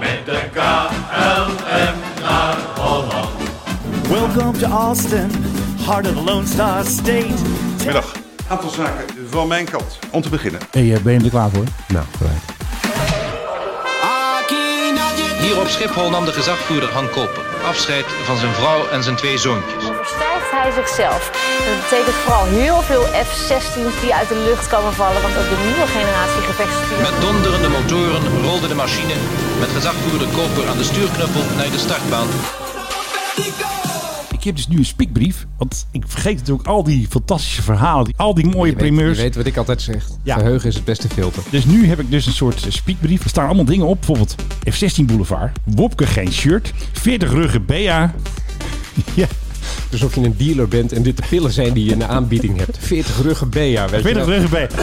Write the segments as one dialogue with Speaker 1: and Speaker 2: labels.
Speaker 1: met de KLM naar Holland.
Speaker 2: Welcome to Austin, heart of the Lone Star State.
Speaker 3: Middag. Aantal zaken van mijn kant. Om te beginnen.
Speaker 4: Hey, eh, ben je er klaar voor?
Speaker 5: Nou, gelijk.
Speaker 6: Hier op Schiphol nam de gezagvoerder Han Koper afscheid van zijn vrouw en zijn twee zoontjes.
Speaker 7: versterkt hij zichzelf. Dat betekent vooral heel veel F-16's die uit de lucht komen vallen. Want ook de nieuwe generatie gevechtsvuur.
Speaker 6: Met donderende motoren rolde de machine met gezagvoerder Koper aan de stuurknuppel naar de startbaan.
Speaker 4: Ik heb dus nu een spiekbrief, want ik vergeet natuurlijk al die fantastische verhalen, die- al die mooie primeurs.
Speaker 5: Je weet wat ik altijd zeg.
Speaker 4: Ja.
Speaker 5: Geheugen is het beste filter.
Speaker 4: Dus nu heb ik dus een soort eh, spiekbrief. Er staan allemaal dingen op, bijvoorbeeld F16 Boulevard, Wopke geen shirt, 40 ruggen BA. ja,
Speaker 5: Dus of je een dealer bent en dit de pillen zijn die je in de aanbieding hebt. 40 ruggen BA, weet je
Speaker 4: 40
Speaker 5: wel.
Speaker 4: ruggen BA.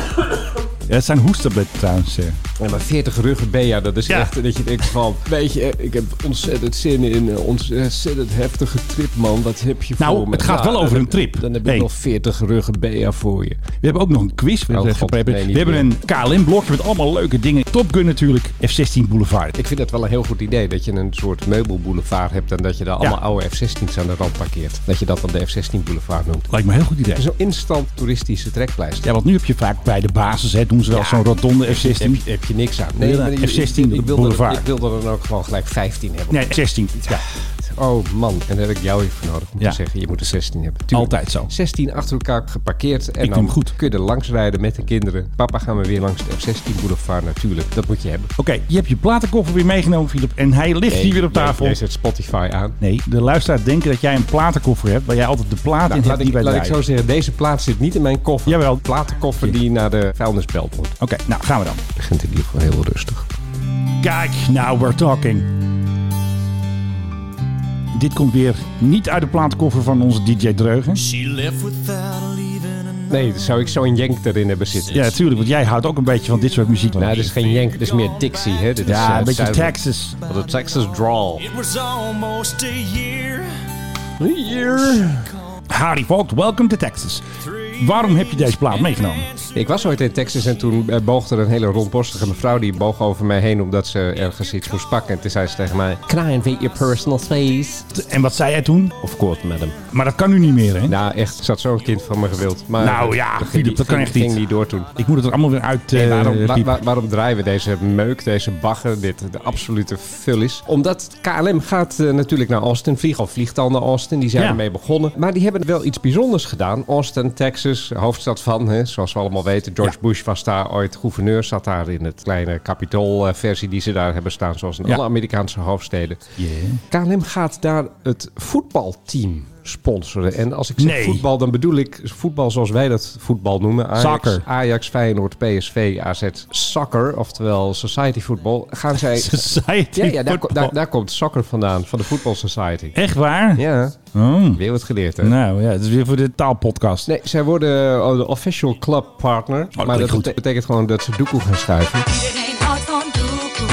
Speaker 4: Ja, het zijn hoestabletten trouwens. eh.
Speaker 5: Ja, maar 40 ruggen BA, dat is
Speaker 4: Ja.
Speaker 5: echt dat je denkt van... Weet je, ik heb ontzettend zin in een ontzettend heftige trip, man. Wat heb je
Speaker 4: Nou,
Speaker 5: voor me?
Speaker 4: het gaat wel
Speaker 5: dan
Speaker 4: over
Speaker 5: heb-
Speaker 4: een trip.
Speaker 5: Dan heb
Speaker 4: Nee.
Speaker 5: ik wel 40 ruggen BA voor je.
Speaker 4: We hebben ook nog een quiz. We,
Speaker 5: Oh,
Speaker 4: hebben-
Speaker 5: God,
Speaker 4: we hebben,
Speaker 5: nee,
Speaker 4: we
Speaker 5: niet
Speaker 4: hebben een KLM-blokje met allemaal leuke dingen. Top Gun natuurlijk, F16 Boulevard.
Speaker 5: Ik vind dat wel een heel goed idee dat je een soort meubelboulevard hebt... en dat je daar allemaal oude F-16's aan de rand parkeert. Dat je dat dan de F-16-boulevard noemt.
Speaker 4: Lijkt me een heel goed idee.
Speaker 5: Zo'n instant toeristische trekpleister.
Speaker 4: Ja, want nu heb je vaak bij de basis, hè, doen ze wel
Speaker 5: Ja.
Speaker 4: zo'n rotonde F16.
Speaker 5: Heb je, heb je niks aan.
Speaker 4: Ja,
Speaker 5: maar ik-
Speaker 4: F16
Speaker 5: ik, ik, wilde er,
Speaker 4: boulevard.
Speaker 5: ik wilde er dan ook gewoon gelijk 15 hebben.
Speaker 4: Nee, 16. Ja.
Speaker 5: Oh man, en daar heb ik jou even voor nodig om
Speaker 4: Ja.
Speaker 5: te zeggen, je moet er 16 hebben.
Speaker 4: Altijd zo.
Speaker 5: 16 achter elkaar geparkeerd en
Speaker 4: Ik doe
Speaker 5: dan
Speaker 4: hem goed.
Speaker 5: kun je er langs rijden met de kinderen. Papa, gaan we weer langs de F16 boulevard natuurlijk. Dat moet je hebben.
Speaker 4: Oké, je hebt je platenkoffer weer meegenomen, Philip. En hij ligt hier weer op
Speaker 5: Jij-
Speaker 4: tafel.
Speaker 5: Jij zet Spotify aan.
Speaker 4: Nee, de luisteraar denken dat jij een platenkoffer hebt... waar jij altijd de plaat
Speaker 5: Nou,
Speaker 4: in hebt
Speaker 5: laat
Speaker 4: die
Speaker 5: ik,
Speaker 4: wij
Speaker 5: laat ik
Speaker 4: draaien.
Speaker 5: zo zeggen, deze plaat zit niet in mijn koffer.
Speaker 4: Jawel.
Speaker 5: Platenkoffer die naar de vuilnisbelt wordt.
Speaker 4: Oké, nou gaan we dan.
Speaker 5: Begint in ieder geval heel rustig.
Speaker 4: Kijk, now we're talking. Dit komt weer niet uit de platenkoffer van onze DJ Dreugen.
Speaker 5: Nee, dat zou ik zo'n jenk erin hebben zitten.
Speaker 4: Ja, natuurlijk, want jij houdt ook een beetje van dit soort muziek.
Speaker 5: Nou, dit is geen jenk, dit is meer Dixie. Hè? Dit is,
Speaker 4: ja,
Speaker 5: eh,
Speaker 4: een beetje
Speaker 5: zuiver-
Speaker 4: Texas.
Speaker 5: Wat een Texas drawl.
Speaker 2: It was almost a year.
Speaker 4: Harry Vogt, welcome to Texas. Waarom heb je deze plaat meegenomen?
Speaker 5: Ik was ooit in Texas en toen eh, boog er een hele rondborstige mevrouw... die boog over mij heen omdat ze ergens iets moest pakken. En toen zei ze tegen mij... Can I invade your personal space?
Speaker 4: En wat zei jij toen?
Speaker 5: Of course, madam.
Speaker 4: Maar dat kan nu niet meer, hè?
Speaker 5: Nou, echt, zat zo'n kind van me gewild. Maar
Speaker 4: Nou ja,
Speaker 5: ging
Speaker 4: Philip,
Speaker 5: niet-
Speaker 4: dat kan
Speaker 5: ging-
Speaker 4: echt niet.
Speaker 5: ging niet door toen.
Speaker 4: Ik moet het er allemaal weer uit. eh,
Speaker 5: En waarom, wa-
Speaker 4: piepen.
Speaker 5: wa- waarom draaien we deze meuk, deze bagger, dit de absolute ful is? Omdat KLM gaat eh, natuurlijk naar Austin, vliegen al vliegt al naar Austin, die zijn
Speaker 4: Ja.
Speaker 5: ermee begonnen. Maar die hebben wel iets bijzonders gedaan. Austin, Texas, hoofdstad van, hè, zoals we allemaal weten, George Bush was daar ooit gouverneur, zat daar in het kleine Capitool-versie die ze daar hebben staan, zoals in
Speaker 4: Ja.
Speaker 5: alle Amerikaanse hoofdsteden.
Speaker 4: Yeah.
Speaker 5: KLM gaat daar het voetbalteam sponsoren. En als ik zeg
Speaker 4: Nee.
Speaker 5: voetbal, dan bedoel ik voetbal zoals wij dat voetbal noemen. Ajax,
Speaker 4: Soccer.
Speaker 5: Ajax, Feyenoord, PSV, AZ, soccer, oftewel society voetbal. Gaan zij...
Speaker 4: Society
Speaker 5: ja, ja daar,
Speaker 4: football.
Speaker 5: daar, daar komt soccer vandaan, van de Football Society.
Speaker 4: Echt waar?
Speaker 5: Ja,
Speaker 4: Oh.
Speaker 5: weer wat geleerd hè.
Speaker 4: Nou ja, het is weer voor de taalpodcast.
Speaker 5: Nee, zij worden eh, de official club partner.
Speaker 4: Oh, dat
Speaker 5: maar
Speaker 4: klinkt
Speaker 5: dat
Speaker 4: goed.
Speaker 5: bete- betekent gewoon dat ze doekoe gaan schuiven.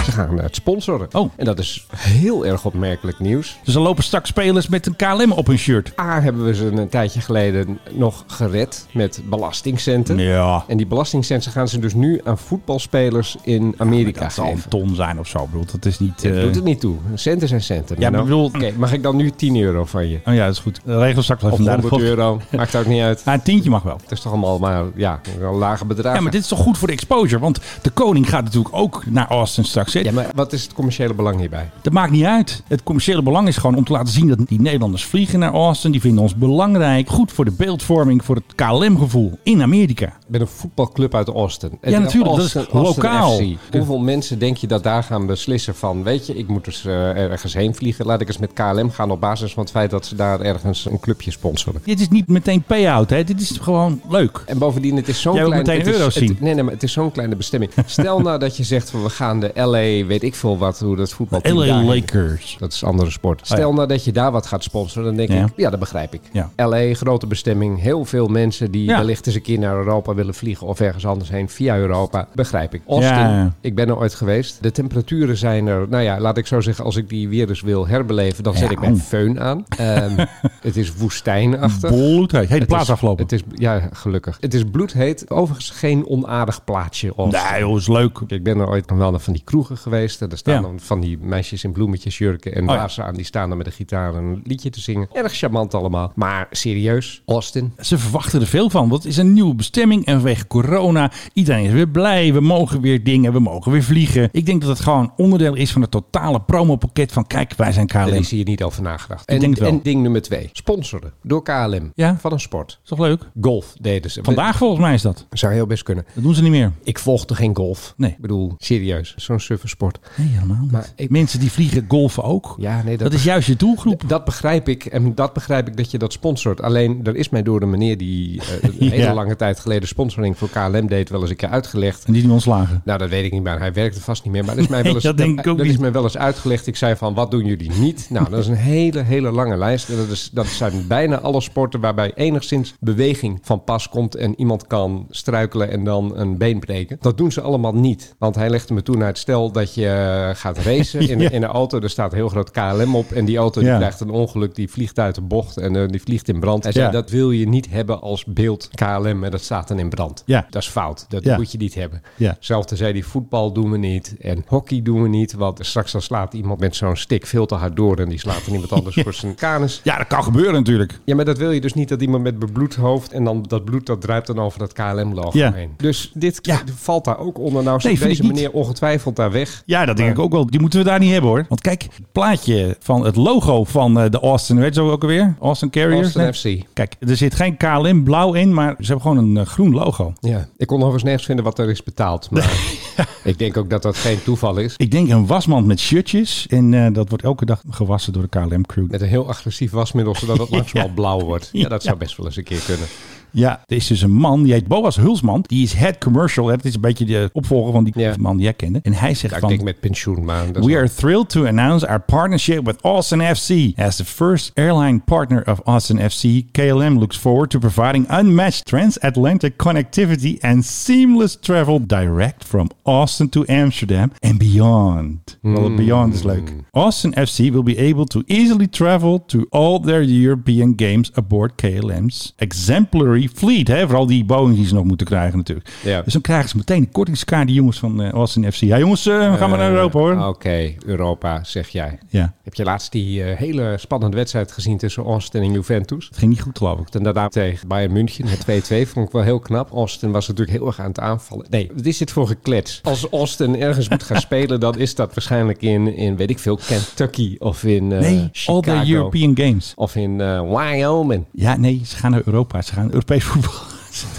Speaker 5: Ze gaan het sponsoren.
Speaker 4: Oh.
Speaker 5: En dat is heel erg opmerkelijk nieuws.
Speaker 4: Dus er lopen straks spelers met een KLM op hun shirt.
Speaker 5: A hebben we ze een tijdje geleden nog gered met belastingcenten.
Speaker 4: Ja.
Speaker 5: En die belastingcenten gaan ze dus nu aan voetbalspelers in Amerika
Speaker 4: Dat zal een
Speaker 5: geven.
Speaker 4: ton zijn of zo. Ik bedoel, dat is niet...
Speaker 5: Dat
Speaker 4: eh,
Speaker 5: doet het niet toe. Centen zijn centen.
Speaker 4: Ja, maar
Speaker 5: Nou,
Speaker 4: ik bedoel-
Speaker 5: Oké, mag ik dan nu 10 euro van je?
Speaker 4: Oh ja, dat is goed. De regels straks wel
Speaker 5: Of
Speaker 4: even naar de
Speaker 5: 100 euro? Maakt ook niet uit.
Speaker 4: Ah, een tientje mag wel.
Speaker 5: Het is toch allemaal maar ja, een lage bedragen.
Speaker 4: Ja, maar dit is toch goed voor de exposure? Want de koning gaat natuurlijk ook naar Austin straks. hè?
Speaker 5: Ja, maar wat is het commerciële belang hierbij?
Speaker 4: Dat maakt niet uit. Het commerciële belang is gewoon om te laten zien dat die Nederlanders vliegen naar Austin. Die vinden ons belangrijk. Goed voor de beeldvorming, voor het KLM-gevoel in Amerika.
Speaker 5: Met een voetbalclub uit Austin.
Speaker 4: Ja, natuurlijk, dat is lokaal.
Speaker 5: FC. Hoeveel mensen denk je dat daar gaan beslissen van... weet je, ik moet dus eh, ergens heen vliegen. Laat ik eens met KLM gaan op basis van het feit dat ze daar ergens een clubje sponsoren.
Speaker 4: Dit is niet meteen payout, hè? Dit is gewoon leuk.
Speaker 5: En bovendien, het is zo'n
Speaker 4: Jij wil
Speaker 5: kleine...
Speaker 4: meteen
Speaker 5: het is-
Speaker 4: euro's
Speaker 5: het-
Speaker 4: zien.
Speaker 5: nee, nee, maar het is zo'n kleine bestemming. Stel nou dat je zegt van we gaan de LA, weet ik veel wat, hoe dat voetbalteam
Speaker 4: LA
Speaker 5: daarheen-
Speaker 4: Lakers.
Speaker 5: Dat is een andere sport. Stel nou dat je daar wat gaat sponsoren, dan denk
Speaker 4: Oh Ja.
Speaker 5: ik, ja, dat begrijp ik.
Speaker 4: Ja.
Speaker 5: LA, grote bestemming, heel veel mensen die
Speaker 4: Ja.
Speaker 5: wellicht eens een keer naar Europa willen willen vliegen of ergens anders heen via Europa, begrijp ik. Austin,
Speaker 4: Ja.
Speaker 5: ik ben er ooit geweest. De temperaturen zijn er, nou ja, laat ik zo zeggen, als ik die weer eens wil herbeleven, dan zet
Speaker 4: Ja. oh.
Speaker 5: ik mijn föhn aan. Ehm, het is woestijnachtig.
Speaker 4: Bloedheet. Heet de plaats
Speaker 5: is-
Speaker 4: afgelopen.
Speaker 5: Het is, ja, gelukkig. Het is bloedheet. Overigens geen onaardig plaatsje. Austin.
Speaker 4: Nee joh, is leuk.
Speaker 5: Ik ben er ooit nog wel naar van die kroegen geweest. En daar staan
Speaker 4: Ja.
Speaker 5: dan van die meisjes in bloemetjes, jurken en
Speaker 4: Oh ja.
Speaker 5: wazen aan. Die staan dan met een gitaar een liedje te zingen. Erg charmant allemaal. Maar serieus, Austin.
Speaker 4: Ze verwachten er veel van, want het is een nieuwe bestemming. En vanwege corona, iedereen is weer blij. We mogen weer dingen, we mogen weer vliegen. Ik denk dat het gewoon onderdeel is van het totale promopakket van... kijk, wij zijn
Speaker 5: Daar
Speaker 4: KLM.
Speaker 5: is hier niet over nagedacht.
Speaker 4: denk het wel.
Speaker 5: en ding nummer twee. Sponsoren door KLM
Speaker 4: Ja.
Speaker 5: van een sport.
Speaker 4: Is toch leuk?
Speaker 5: Golf deden ze.
Speaker 4: Vandaag volgens mij is dat.
Speaker 5: Zou heel best kunnen.
Speaker 4: Dat doen ze niet meer.
Speaker 5: Ik volgde geen golf.
Speaker 4: Nee.
Speaker 5: Ik bedoel, serieus. Zo'n suffe sport.
Speaker 4: Nee, helemaal niet.
Speaker 5: Maar ik-
Speaker 4: Mensen die vliegen golfen ook.
Speaker 5: Ja, nee,
Speaker 4: dat, is juist je doelgroep.
Speaker 5: Dat begrijp ik. En dat begrijp ik dat je dat sponsort. Alleen, er is mij door de meneer die eh, een
Speaker 4: Ja.
Speaker 5: hele lange tijd geleden sponsoring voor KLM deed, wel eens een keer uitgelegd.
Speaker 4: En die nu ontslagen.
Speaker 5: Nou, dat weet ik niet meer. Hij werkte vast niet meer. Maar dat is mij wel eens,
Speaker 4: Dat denk ik ook
Speaker 5: dat is
Speaker 4: niet.
Speaker 5: mij wel eens uitgelegd. Ik zei van, wat doen jullie niet? Nou, dat is een hele, hele lange lijst. En dat, is, dat zijn bijna alle sporten waarbij enigszins beweging van pas komt... en iemand kan struikelen en dan een been breken. Dat doen ze allemaal niet. Want hij legde me toen uit, stel dat je eh, gaat racen in,
Speaker 4: Ja.
Speaker 5: in een auto. Er staat een heel groot KLM op en die auto die
Speaker 4: Ja.
Speaker 5: krijgt een ongeluk. Die vliegt uit de bocht en eh, die vliegt in brand. Hij zei,
Speaker 4: Ja.
Speaker 5: dat wil je niet hebben als beeld KLM en dat staat dan in brand.
Speaker 4: Ja.
Speaker 5: Dat is fout. Dat
Speaker 4: Ja.
Speaker 5: moet je niet hebben.
Speaker 4: Ja.
Speaker 5: Hetzelfde zei die voetbal doen we niet en hockey doen we niet. Want straks dan slaat iemand met zo'n stick veel te hard door en die slaat er iemand anders voor zijn kanus.
Speaker 4: Ja, dat kan gebeuren natuurlijk.
Speaker 5: Ja, maar dat wil je dus niet dat iemand met bebloed hoofd en dan dat bloed dat druipt dan over dat KLM-logo
Speaker 4: Ja.
Speaker 5: heen. Dus dit
Speaker 4: Ja.
Speaker 5: valt daar ook onder. Nou, zit
Speaker 4: vind
Speaker 5: deze
Speaker 4: ik niet.
Speaker 5: meneer ongetwijfeld daar weg.
Speaker 4: Ja, dat denk
Speaker 5: Maar-
Speaker 4: ik ook wel. Die moeten we daar niet hebben hoor. Want kijk, het plaatje van het logo van eh, de Austin, weet je zo ook alweer? Austin Carriers?
Speaker 5: Austin
Speaker 4: Nee.
Speaker 5: FC.
Speaker 4: Kijk, er zit geen KLM blauw in, maar ze hebben gewoon een eh, groen logo.
Speaker 5: Ja, ik kon overigens nergens vinden wat er is betaald. Maar ik denk ook dat dat geen toeval is.
Speaker 4: Ik denk een wasmand met shirtjes. En eh, dat wordt elke dag gewassen door de KLM-crew.
Speaker 5: Met een heel agressief wasmiddel, zodat het langzaam al blauw wordt. Ja, dat zou best wel eens een keer kunnen.
Speaker 4: Ja, er is dus een man, die heet Boas Hulsman. Die is head commercial. Het is een beetje de opvolger van die
Speaker 5: Ja.
Speaker 4: man die jij kende. En hij zegt
Speaker 5: Ja, ik
Speaker 4: van...
Speaker 5: denk met pensioen, maar... dat is
Speaker 4: We
Speaker 5: wel-
Speaker 4: are thrilled to announce our partnership with Austin FC. As the first airline partner of Austin FC, KLM looks forward to providing unmatched transatlantic connectivity and seamless travel direct from Austin to Amsterdam and beyond. Well,
Speaker 5: Hmm.
Speaker 4: beyond is leuk. Austin FC will be able to easily travel to all their European games aboard KLM's exemplary fleet. Hè? Vooral die Boeing die ze nog moeten krijgen natuurlijk.
Speaker 5: Ja.
Speaker 4: Dus dan krijgen ze meteen een kortingskaart, die jongens van eh, Austin FC. Ja jongens, eh, we gaan maar naar Europa hoor.
Speaker 5: Ah, Oké, Europa, zeg jij.
Speaker 4: Ja,
Speaker 5: Heb je laatst die eh, hele spannende wedstrijd gezien tussen Austin en Juventus?
Speaker 4: het ging niet goed geloof ik.
Speaker 5: En daarna tegen Bayern München, het 2-2, vond ik wel heel knap. Austin was natuurlijk heel erg aan het aanvallen. Nee, wat is dit voor geklets? Als Austin ergens moet gaan spelen, dan is dat waarschijnlijk in, in weet ik veel, Kentucky of in eh
Speaker 4: Nee, all
Speaker 5: Chicago.
Speaker 4: the European Games.
Speaker 5: Of in eh, Wyoming.
Speaker 4: Ja, nee, ze gaan naar Europa. Ze gaan Europees voetbal.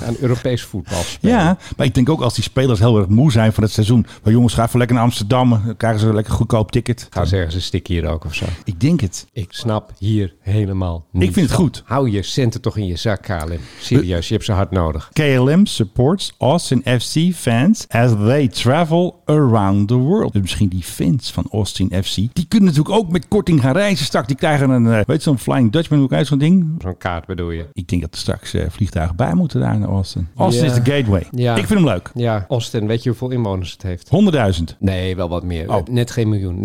Speaker 5: Aan Europees voetbal spelen.
Speaker 4: Ja, maar ik denk ook als die spelers heel erg moe zijn van het seizoen. Maar jongens, ga even lekker naar Amsterdam. Dan krijgen ze een lekker goedkoop ticket.
Speaker 5: Gaan ze ergens een stik hier ook of zo.
Speaker 4: Ik denk het.
Speaker 5: Ik snap hier helemaal niet.
Speaker 4: Ik vind het
Speaker 5: van.
Speaker 4: goed.
Speaker 5: Hou je centen toch in je zak, Kalim. Serieus, je hebt ze hard nodig.
Speaker 4: KLM supports Austin FC fans as they travel around the world. Dus misschien die fans van Austin FC. Die kunnen natuurlijk ook met korting gaan reizen straks. Die krijgen een, eh, weet je zo'n Flying Dutchman, hoe uit zo'n ding?
Speaker 5: Zo'n kaart bedoel je.
Speaker 4: Ik denk dat er straks eh, vliegtuigen bij moeten daar naar Austin. Austin
Speaker 5: Ja.
Speaker 4: is de gateway.
Speaker 5: Ja.
Speaker 4: Ik vind hem leuk.
Speaker 5: Ja, Austin, weet je hoeveel inwoners het heeft? Nou,
Speaker 4: 100.000.
Speaker 5: Nee, wel wat meer.
Speaker 4: Oh.
Speaker 5: Net geen miljoen.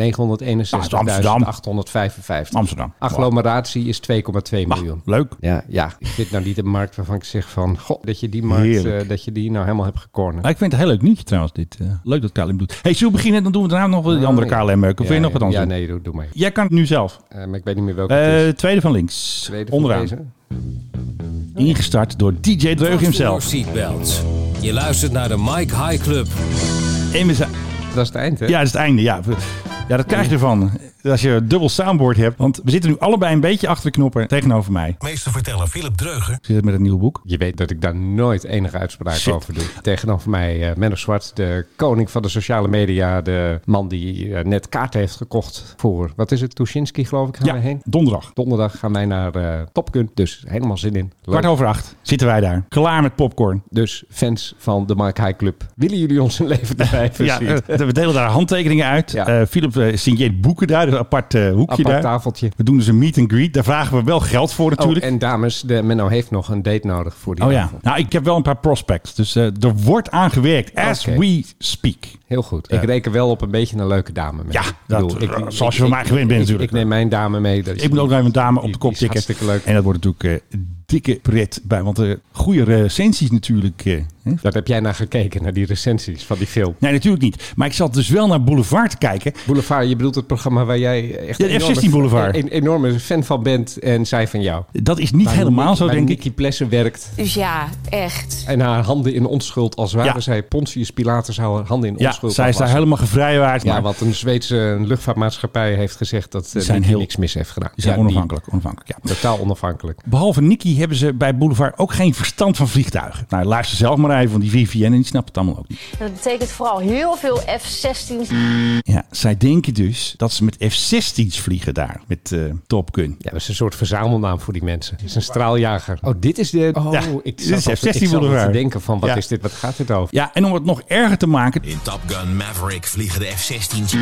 Speaker 5: 961.855.
Speaker 4: Amsterdam.
Speaker 5: Agglomeratie is 2,2 miljoen.
Speaker 4: Leuk.
Speaker 5: Ja, ja, ik vind nou niet een markt waarvan ik zeg van... Goh, dat je die markt
Speaker 4: Heerlijk.
Speaker 5: eh, dat je die nou helemaal hebt gecornerd.
Speaker 4: Nou, ik vind het een heel leuk nieuwtje trouwens. Dit, eh, leuk dat KLM doet. Hey, zullen we beginnen? Dan doen we daarna nog wel die andere
Speaker 5: Oh, ja.
Speaker 4: KLM-merken. Of
Speaker 5: Ja,
Speaker 4: wil je nog wat
Speaker 5: Ja,
Speaker 4: anders doen?
Speaker 5: nee, doe, doe maar.
Speaker 4: Jij kan het nu zelf.
Speaker 5: Eh, maar ik weet niet meer welke het
Speaker 4: Eh,
Speaker 5: is.
Speaker 4: tweede van links.
Speaker 5: Tweede van
Speaker 4: Onderaan.
Speaker 5: deze.
Speaker 4: Ingestart door DJ Dreug
Speaker 8: Your
Speaker 4: himself.
Speaker 8: seatbelt. Je luistert naar de Mike High Club.
Speaker 4: En we zijn-
Speaker 5: Dat is het eind, hè?
Speaker 4: Ja, dat is het einde. Ja. ja, dat krijg je ervan. eh, Als je een dubbel soundboard hebt. Want we zitten nu allebei een beetje achter de knoppen tegenover mij. Ik
Speaker 8: Meester verteller Philip Dreuger.
Speaker 4: zit met een nieuw boek.
Speaker 5: Je weet dat ik daar nooit enige uitspraak
Speaker 4: Shit.
Speaker 5: over doe. Tegenover mij eh Menno Zwart, de koning van de sociale media. De man die eh, net kaart heeft gekocht voor, wat is het, Tuschinski geloof ik, gaan
Speaker 4: Ja,
Speaker 5: wij heen.
Speaker 4: donderdag.
Speaker 5: Donderdag gaan wij naar eh Topkun, dus helemaal zin in. Leuk.
Speaker 4: Kwart over acht zitten wij daar. Klaar met popcorn.
Speaker 5: Dus fans van de Mark High Club, willen jullie ons een leven erbij
Speaker 4: Ja,
Speaker 5: versieren?
Speaker 4: eh, we delen daar handtekeningen uit.
Speaker 5: Ja.
Speaker 4: Eh, Philip eh, signeert boeken daar. dus een apart eh, hoekje
Speaker 5: Apart
Speaker 4: daar.
Speaker 5: tafeltje.
Speaker 4: We doen dus een meet and greet. Daar vragen we wel geld voor natuurlijk.
Speaker 5: Oh, en dames, de, Menno heeft nog een date nodig voor die
Speaker 4: Oh ja,
Speaker 5: avond.
Speaker 4: nou ik heb wel een paar prospects. Dus eh, er wordt aan gewerkt as
Speaker 5: Oké.
Speaker 4: we speak.
Speaker 5: Heel goed.
Speaker 4: Ja.
Speaker 5: Ik reken wel op een beetje een leuke dame. Mee.
Speaker 4: Ja,
Speaker 5: Ik
Speaker 4: dat- eh, zoals je van mij gewend bent
Speaker 5: ik-
Speaker 4: natuurlijk.
Speaker 5: Ik neem mijn dame mee. Dat is-
Speaker 4: Ik moet ook nog even een dame op
Speaker 5: die-
Speaker 4: de
Speaker 5: die
Speaker 4: kop
Speaker 5: is
Speaker 4: tikken.
Speaker 5: Hartstikke leuk.
Speaker 4: En dat wordt natuurlijk eh, dikke pret bij. Want eh goede recensies natuurlijk. eh, hè?
Speaker 5: Dat heb jij naar gekeken, naar die recensies van die film.
Speaker 4: Nee, natuurlijk niet. Maar ik zat dus wel naar Boulevard te kijken.
Speaker 5: Boulevard, je bedoelt het programma waar jij echt
Speaker 4: Ja, de
Speaker 5: een enorme-
Speaker 4: F16 Boulevard.
Speaker 5: Een, een enorme fan van bent en zij van jou.
Speaker 4: Dat is niet
Speaker 5: Waar
Speaker 4: helemaal
Speaker 5: Nicky-
Speaker 4: zo,
Speaker 5: waar
Speaker 4: denk ik.
Speaker 5: Nicky Plessen werkt
Speaker 9: Dus ja, echt.
Speaker 5: en haar handen in onschuld als waren
Speaker 4: Ja.
Speaker 5: zij Pontius Pilatus haar handen in
Speaker 4: Ja,
Speaker 5: onschuld.
Speaker 4: zij is daar
Speaker 5: afwassen.
Speaker 4: helemaal gevrijwaard.
Speaker 5: Ja,
Speaker 4: maar
Speaker 5: wat een Zweedse luchtvaartmaatschappij heeft gezegd dat
Speaker 4: Die
Speaker 5: eh
Speaker 4: zijn
Speaker 5: Nicky
Speaker 4: heel-
Speaker 5: niks mis heeft gedaan.
Speaker 4: die zijn
Speaker 5: Ja,
Speaker 4: onafhankelijk. onafhankelijk ja.
Speaker 5: Totaal onafhankelijk.
Speaker 4: Behalve Nicky hebben ze bij Boulevard ook geen verstand van vliegtuigen. Nou, luister zelf maar even, want die Vivienne die snapt het allemaal ook niet.
Speaker 7: En dat betekent vooral heel veel F-16's.
Speaker 4: Ja, zij denken dus dat ze met F-16's vliegen daar, met eh Top Gun.
Speaker 5: Ja, dat is een soort verzamelnaam voor die mensen. Het is een straaljager. Oh, dit is de... Oh,
Speaker 4: Ja,
Speaker 5: ik
Speaker 4: dit
Speaker 5: zat
Speaker 4: is
Speaker 5: al-
Speaker 4: F16
Speaker 5: ik zat al te
Speaker 4: Boulevard.
Speaker 5: denken van, wat
Speaker 4: Ja.
Speaker 5: is dit? Wat gaat dit over?
Speaker 4: Ja, en om het nog erger te maken,
Speaker 8: In Top Gun Maverick vliegen de F-16's.